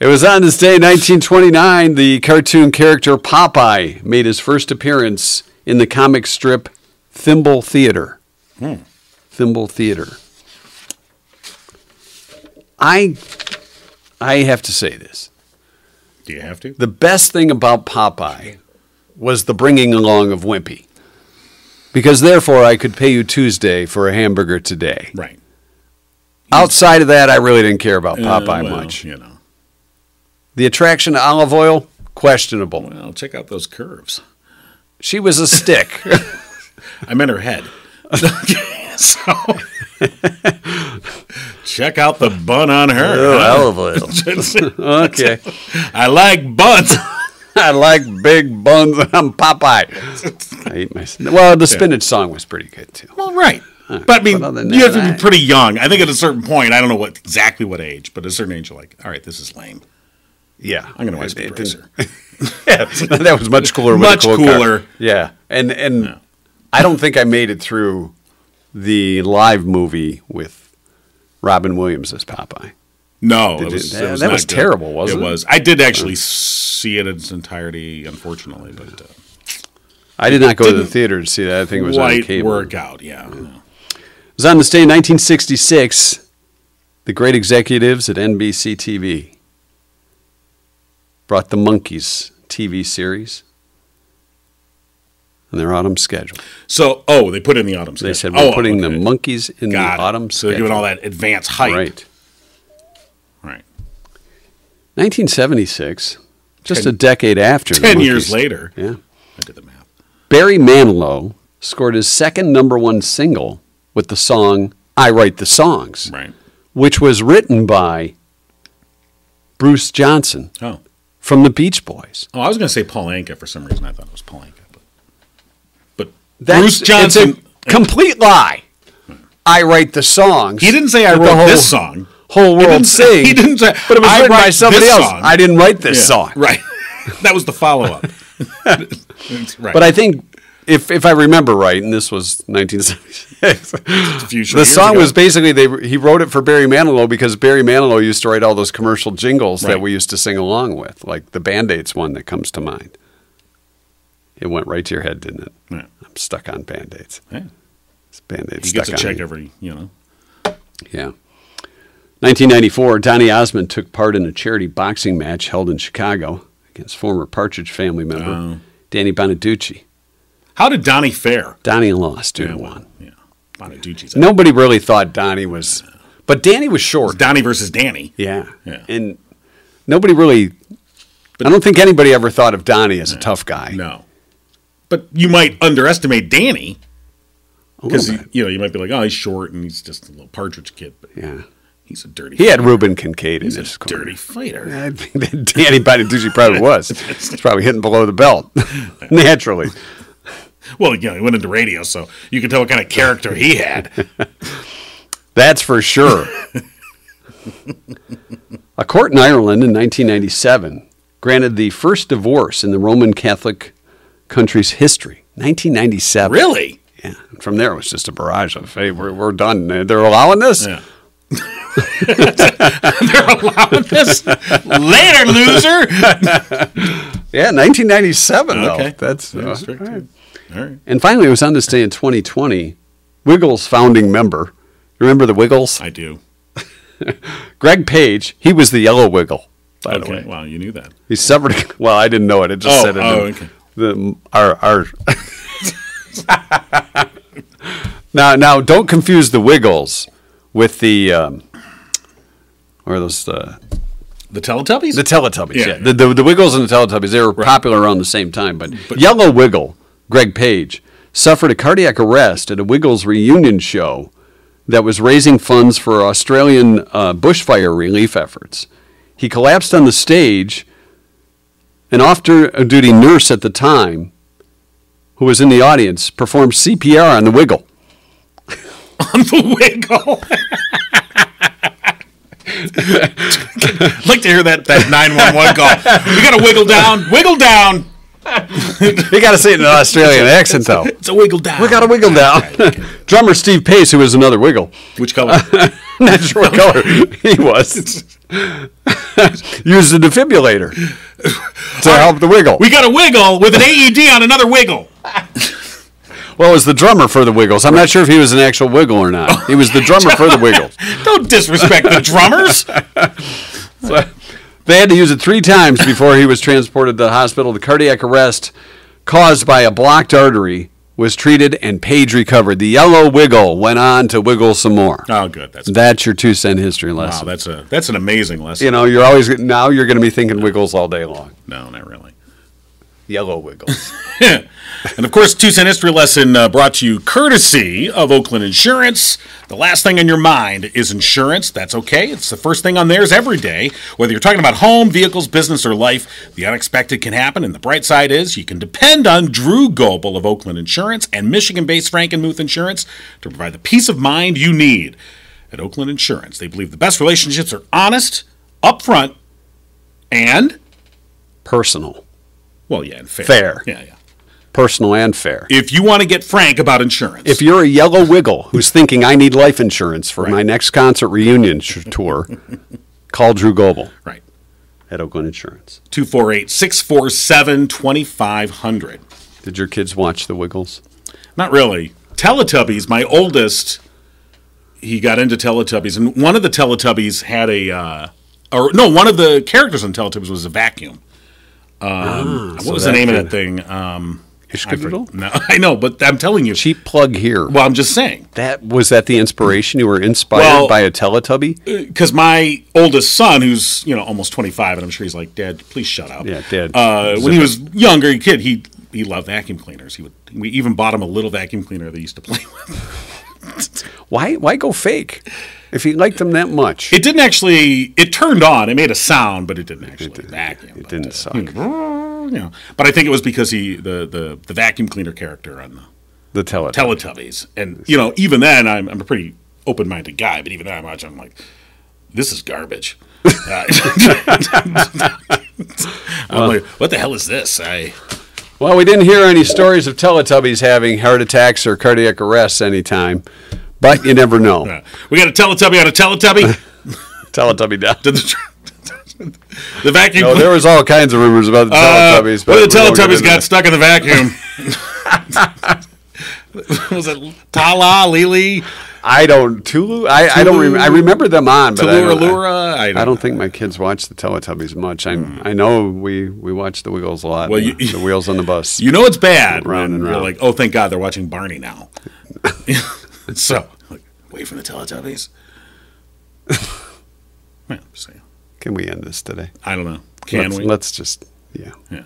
[SPEAKER 1] It was on this day, 1929, the cartoon character Popeye made his first appearance in the comic strip Thimble Theater.
[SPEAKER 2] Hmm.
[SPEAKER 1] Thimble Theater. I, I have to say this.
[SPEAKER 2] Do you have to?
[SPEAKER 1] The best thing about Popeye was the bringing along of Wimpy. Because therefore, I could pay you Tuesday for a hamburger today.
[SPEAKER 2] Right.
[SPEAKER 1] Outside of that, I really didn't care about Popeye
[SPEAKER 2] Uh, well,
[SPEAKER 1] much.
[SPEAKER 2] You know.
[SPEAKER 1] The attraction to olive oil, questionable.
[SPEAKER 2] Well, check out those curves.
[SPEAKER 1] She was a stick.
[SPEAKER 2] I'm in her head. so check out the bun on her.
[SPEAKER 1] olive oil. Okay.
[SPEAKER 2] I like buns.
[SPEAKER 1] I like big buns. I'm Popeye. I eat my. Well, the spinach song was pretty good too.
[SPEAKER 2] well, right. But I mean,
[SPEAKER 1] but other than
[SPEAKER 2] you have to
[SPEAKER 1] that,
[SPEAKER 2] be pretty young. I think at a certain point, I don't know what exactly what age, but at a certain age, you're like, all right, this is lame.
[SPEAKER 1] Yeah,
[SPEAKER 2] I'm going to watch
[SPEAKER 1] It-
[SPEAKER 2] the
[SPEAKER 1] it
[SPEAKER 2] dresser.
[SPEAKER 1] didn't- that was much cooler. With
[SPEAKER 2] Much
[SPEAKER 1] a cool car.
[SPEAKER 2] cooler.
[SPEAKER 1] Yeah, and and I don't think I made it through the live movie with Robin Williams as Popeye.
[SPEAKER 2] No, it
[SPEAKER 1] you-
[SPEAKER 2] was, it
[SPEAKER 1] that- that
[SPEAKER 2] not
[SPEAKER 1] was
[SPEAKER 2] good.
[SPEAKER 1] terrible, wasn't it?
[SPEAKER 2] was. I did actually see it in its entirety, unfortunately, but uh,
[SPEAKER 1] I did not go to the theater to see that. I think it was on
[SPEAKER 2] white
[SPEAKER 1] cable.
[SPEAKER 2] workout. Yeah, no.
[SPEAKER 1] It was on this day in 1966. The great executives at NBC TV brought the Monkeys TV series on their autumn schedule.
[SPEAKER 2] So, oh, they put in the autumn.
[SPEAKER 1] They
[SPEAKER 2] schedule.
[SPEAKER 1] said, We're
[SPEAKER 2] oh,
[SPEAKER 1] putting the
[SPEAKER 2] okay.
[SPEAKER 1] Monkeys in
[SPEAKER 2] Got it.
[SPEAKER 1] the autumn
[SPEAKER 2] So they're
[SPEAKER 1] schedule.
[SPEAKER 2] doing all that advanced hype.
[SPEAKER 1] Right.
[SPEAKER 2] Right.
[SPEAKER 1] 1976, just
[SPEAKER 2] Ten-
[SPEAKER 1] a decade after. the
[SPEAKER 2] Ten years
[SPEAKER 1] Monkees.
[SPEAKER 2] later,
[SPEAKER 1] Yeah.
[SPEAKER 2] I did the math.
[SPEAKER 1] Barry Manilow scored his second number one single with the song I Write the Songs.
[SPEAKER 2] Right.
[SPEAKER 1] which was written by Bruce Johnson
[SPEAKER 2] Oh,
[SPEAKER 1] from the Beach Boys.
[SPEAKER 2] oh, I was going to say Paul Anka for some reason. I thought it was Paul Anka, but, but
[SPEAKER 1] That's,
[SPEAKER 2] Bruce Johnson.
[SPEAKER 1] It's a complete lie. I write the songs.
[SPEAKER 2] He didn't say I
[SPEAKER 1] that the
[SPEAKER 2] wrote
[SPEAKER 1] whole,
[SPEAKER 2] this song.
[SPEAKER 1] Whole
[SPEAKER 2] He
[SPEAKER 1] world
[SPEAKER 2] didn't say-
[SPEAKER 1] sing.
[SPEAKER 2] he didn't say,
[SPEAKER 1] But it was
[SPEAKER 2] "I
[SPEAKER 1] written by
[SPEAKER 2] write
[SPEAKER 1] somebody
[SPEAKER 2] this
[SPEAKER 1] else.
[SPEAKER 2] song."
[SPEAKER 1] I didn't write this
[SPEAKER 2] Yeah,
[SPEAKER 1] song.
[SPEAKER 2] Right. that was the follow up. right.
[SPEAKER 1] But I think if if I remember right, and this was 1976.
[SPEAKER 2] a few
[SPEAKER 1] The
[SPEAKER 2] short years
[SPEAKER 1] song
[SPEAKER 2] ago.
[SPEAKER 1] was basically they he wrote it for Barry Manilow because Barry Manilow used to write all those commercial jingles that
[SPEAKER 2] Right.
[SPEAKER 1] we used to sing along with, like the Band-Aids one that comes to mind. It went right to your head, didn't it?
[SPEAKER 2] Yeah.
[SPEAKER 1] I'm stuck on Band-Aids.
[SPEAKER 2] Yeah.
[SPEAKER 1] It's Band-Aids
[SPEAKER 2] He
[SPEAKER 1] stuck
[SPEAKER 2] gets a
[SPEAKER 1] on
[SPEAKER 2] check
[SPEAKER 1] me.
[SPEAKER 2] every, you know.
[SPEAKER 1] Yeah. 1994, Donny Osmond took part in a charity boxing match held in Chicago against former Partridge family member
[SPEAKER 2] Oh.
[SPEAKER 1] Danny Bonaducci.
[SPEAKER 2] How did Donnie fare?
[SPEAKER 1] Donnie lost, two to
[SPEAKER 2] well,
[SPEAKER 1] one.
[SPEAKER 2] Yeah. Bonaducci's out.
[SPEAKER 1] Nobody really thought Donnie was, but Danny was short.
[SPEAKER 2] Donnie versus Danny.
[SPEAKER 1] Yeah.
[SPEAKER 2] Yeah.
[SPEAKER 1] And nobody really, I don't think anybody ever thought of Donnie as a tough guy.
[SPEAKER 2] No. But you might underestimate Danny
[SPEAKER 1] A little
[SPEAKER 2] because,
[SPEAKER 1] bit.
[SPEAKER 2] you know, you might be like, oh, he's short and he's just a little partridge kid, but
[SPEAKER 1] yeah.
[SPEAKER 2] he's a dirty
[SPEAKER 1] He had Ruben Kincaid in
[SPEAKER 2] He's
[SPEAKER 1] his
[SPEAKER 2] a
[SPEAKER 1] corner.
[SPEAKER 2] dirty fighter.
[SPEAKER 1] I think that Danny Bonaducci probably was. He's probably hitting below the belt naturally.
[SPEAKER 2] Well, you know, he went into radio, so you can tell what kind of character he had.
[SPEAKER 1] That's for sure. a court in Ireland in 1997 granted the first divorce in the Roman Catholic country's history. 1997.
[SPEAKER 2] really?
[SPEAKER 1] Yeah. And From there, it was just a barrage of, hey, we're, we're done. They're allowing this?
[SPEAKER 2] Yeah. They're allowing this later, loser.
[SPEAKER 1] Yeah, 1997,
[SPEAKER 2] Okay.
[SPEAKER 1] though. That's,
[SPEAKER 2] Yeah,
[SPEAKER 1] uh,
[SPEAKER 2] strict,
[SPEAKER 1] all right.
[SPEAKER 2] too. All right.
[SPEAKER 1] And finally, it was on this day in 2020, Wiggles founding member. You remember the Wiggles?
[SPEAKER 2] I do.
[SPEAKER 1] Greg Page, he was the yellow Wiggle, by the way.
[SPEAKER 2] Okay. Wow, you knew that.
[SPEAKER 1] He suffered. Well, I didn't know it. It just
[SPEAKER 2] Oh,
[SPEAKER 1] said it. in
[SPEAKER 2] oh, okay.
[SPEAKER 1] The our our. now, now, don't confuse the Wiggles with the um, or those uh,
[SPEAKER 2] The Teletubbies?
[SPEAKER 1] the Teletubbies. Yeah,
[SPEAKER 2] Yeah.
[SPEAKER 1] The, the the Wiggles and the Teletubbies. They were popular around the same time. But, Yellow Wiggle, Greg Page, suffered a cardiac arrest at a Wiggles reunion show that was raising funds for Australian uh, bushfire relief efforts. He collapsed on the stage. An off-duty nurse at the time, who was in the audience, performed CPR on the Wiggle.
[SPEAKER 2] on the Wiggle. I'd like to hear that that nine one one call. We got to wiggle down, wiggle down.
[SPEAKER 1] They got to say it in an Australian accent, though.
[SPEAKER 2] It's a wiggle down.
[SPEAKER 1] We got to wiggle down. Drummer Steve Pace, who is another wiggle,
[SPEAKER 2] Which color?
[SPEAKER 1] not sure what color he was, used a defibrillator to help the wiggle.
[SPEAKER 2] we got a wiggle with an AED on another wiggle.
[SPEAKER 1] Well, it was the drummer for the Wiggles. I'm not sure if he was an actual Wiggle or not. He was the drummer for the Wiggles.
[SPEAKER 2] Don't disrespect the drummers.
[SPEAKER 1] They had to use it three times before he was transported to the hospital. The cardiac arrest caused by a blocked artery was treated and Page recovered. The yellow wiggle went on to wiggle some more.
[SPEAKER 2] Oh, good. That's
[SPEAKER 1] That's your two cent history
[SPEAKER 2] wow.
[SPEAKER 1] lesson.
[SPEAKER 2] That's a that's an amazing lesson.
[SPEAKER 1] you know, you're always now you're going to be thinking Wiggles all day long.
[SPEAKER 2] No, not really.
[SPEAKER 1] Yellow Wiggles.
[SPEAKER 2] And of course, Two Cent History Lesson uh, brought to you courtesy of Oakland Insurance. The last thing on your mind is insurance. That's okay. It's the first thing on theirs every day. Whether you're talking about home, vehicles, business, or life, the unexpected can happen. And the bright side is you can depend on Drew Goebel of Oakland Insurance and Michigan based Frankenmuth Insurance to provide the peace of mind you need. At Oakland Insurance, they believe the best relationships are honest, upfront, and,
[SPEAKER 1] Personal.
[SPEAKER 2] well, yeah, and fair.
[SPEAKER 1] Fair.
[SPEAKER 2] Yeah, yeah.
[SPEAKER 1] Personal and fair.
[SPEAKER 2] If you want to get frank about insurance,
[SPEAKER 1] If you're a yellow wiggle who's thinking I need life insurance for my next concert reunion sh- tour, call Drew Goebel
[SPEAKER 2] right.
[SPEAKER 1] at Oakland Insurance.
[SPEAKER 2] 248 647 2500.
[SPEAKER 1] Did your kids watch The Wiggles?
[SPEAKER 2] Not really. Teletubbies, my oldest, he got into Teletubbies, and one of the Teletubbies had a, uh, or no, one of the characters on Teletubbies was a vacuum. Um, what was the
[SPEAKER 1] Mm, that
[SPEAKER 2] name of
[SPEAKER 1] could-
[SPEAKER 2] that thing? Um, I forget-
[SPEAKER 1] Ishkadriddle?
[SPEAKER 2] No, I know, but I'm telling you.
[SPEAKER 1] Cheap plug here.
[SPEAKER 2] well, I'm just saying.
[SPEAKER 1] That was that the inspiration? You were inspired
[SPEAKER 2] Well-
[SPEAKER 1] by a Teletubby?
[SPEAKER 2] because my oldest son, who's you know almost 25, and I'm sure he's like, Dad, please shut up.
[SPEAKER 1] Yeah, Dad,
[SPEAKER 2] Uh, when he
[SPEAKER 1] zip
[SPEAKER 2] was younger, a kid, he he loved vacuum cleaners. He would. We even bought him a little vacuum cleaner that he used to play with.
[SPEAKER 1] Why why go fake? If you liked them that much,
[SPEAKER 2] It didn't actually. It turned on. It made a sound, but it didn't actually vacuum.
[SPEAKER 1] it
[SPEAKER 2] but,
[SPEAKER 1] didn't
[SPEAKER 2] uh,
[SPEAKER 1] suck.
[SPEAKER 2] you know, but I think it was because he the the the vacuum cleaner character on the
[SPEAKER 1] The Teletubby.
[SPEAKER 2] Teletubbies. And you know, even then, I'm, I'm a pretty open-minded guy, but even then, I'm watching, I'm like, this is garbage. Uh, I'm like, what the hell is this? I
[SPEAKER 1] well, we didn't hear any stories of Teletubbies having heart attacks or cardiac arrests anytime, but you never know.
[SPEAKER 2] uh, we got a Teletubby on a Teletubby.
[SPEAKER 1] Teletubby down.
[SPEAKER 2] Did the, the vacuum.
[SPEAKER 1] No, there was all kinds of rumors about the
[SPEAKER 2] uh,
[SPEAKER 1] Teletubbies.
[SPEAKER 2] what
[SPEAKER 1] but
[SPEAKER 2] if the
[SPEAKER 1] we won't get
[SPEAKER 2] Teletubbies
[SPEAKER 1] into
[SPEAKER 2] got
[SPEAKER 1] that.
[SPEAKER 2] stuck in the vacuum. was it Tala, Lili,
[SPEAKER 1] I don't. Tulu. I, I don't. Rem- I remember them on, but I
[SPEAKER 2] Lura,
[SPEAKER 1] don't,
[SPEAKER 2] Lura? I don't,
[SPEAKER 1] I don't think my kids watch the Teletubbies much. I I know we we watch the Wiggles a lot.
[SPEAKER 2] Well,
[SPEAKER 1] Well,
[SPEAKER 2] you-
[SPEAKER 1] the Wheels on the Bus.
[SPEAKER 2] You know it's bad
[SPEAKER 1] Round
[SPEAKER 2] when
[SPEAKER 1] and
[SPEAKER 2] you're
[SPEAKER 1] round.
[SPEAKER 2] like, oh, thank God they're watching Barney now. so, like, away from the Teletubbies. yeah, so,
[SPEAKER 1] Can we end this today?
[SPEAKER 2] I don't know. Can
[SPEAKER 1] let's,
[SPEAKER 2] we?
[SPEAKER 1] Let's just yeah.
[SPEAKER 2] yeah.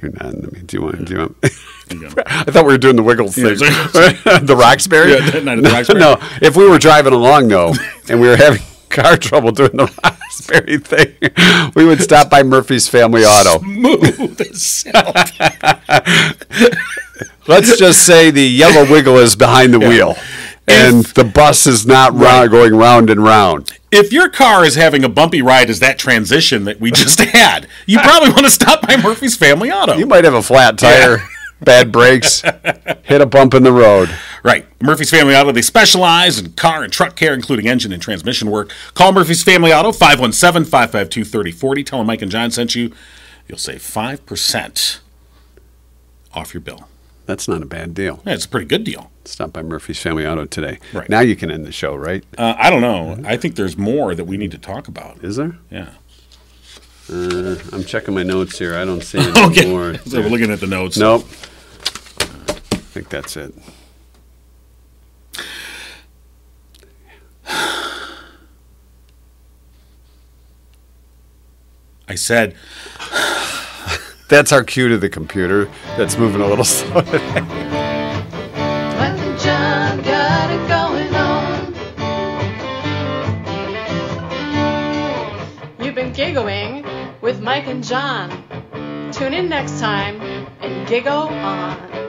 [SPEAKER 1] You're not. I mean, do you want? Do you want?
[SPEAKER 2] you go.
[SPEAKER 1] I thought we were doing the Wiggles
[SPEAKER 2] Yeah,
[SPEAKER 1] thing. the Roxbury.
[SPEAKER 2] Yeah, that night at the Roxbury.
[SPEAKER 1] No, if we were driving along though, and we were having car trouble doing the Roxbury thing, we would stop by Murphy's Family Auto.
[SPEAKER 2] Move the cell.
[SPEAKER 1] Let's just say the yellow wiggle is behind the wheel, and the bus is not round, going round and round.
[SPEAKER 2] If your car is having a bumpy ride as that transition that we just had, you probably want to stop by Murphy's Family Auto.
[SPEAKER 1] You might have a flat tire, bad brakes, hit a bump in the road.
[SPEAKER 2] Right. Murphy's Family Auto, they specialize in car and truck care, including engine and transmission work. Call Murphy's Family Auto, 517 552 3040. Tell them Mike and John sent you. You'll save 5% off your bill.
[SPEAKER 1] That's not a bad deal.
[SPEAKER 2] Yeah, it's a pretty good deal.
[SPEAKER 1] Stop by Murphy's Family Auto today.
[SPEAKER 2] Right.
[SPEAKER 1] Now you can end the show, right?
[SPEAKER 2] Uh, I don't know. I think there's more that we need to talk about.
[SPEAKER 1] Is there?
[SPEAKER 2] Yeah.
[SPEAKER 1] I'm checking my notes here. I don't see any
[SPEAKER 2] Okay.
[SPEAKER 1] Oh, more.
[SPEAKER 2] So we're looking at the notes.
[SPEAKER 1] Nope. I think that's it.
[SPEAKER 2] I said,
[SPEAKER 1] That's our cue to the computer. That's moving a little slow.
[SPEAKER 5] Mike and John got it going on. You've been giggling with Mike and John. Tune in next time and giggle on.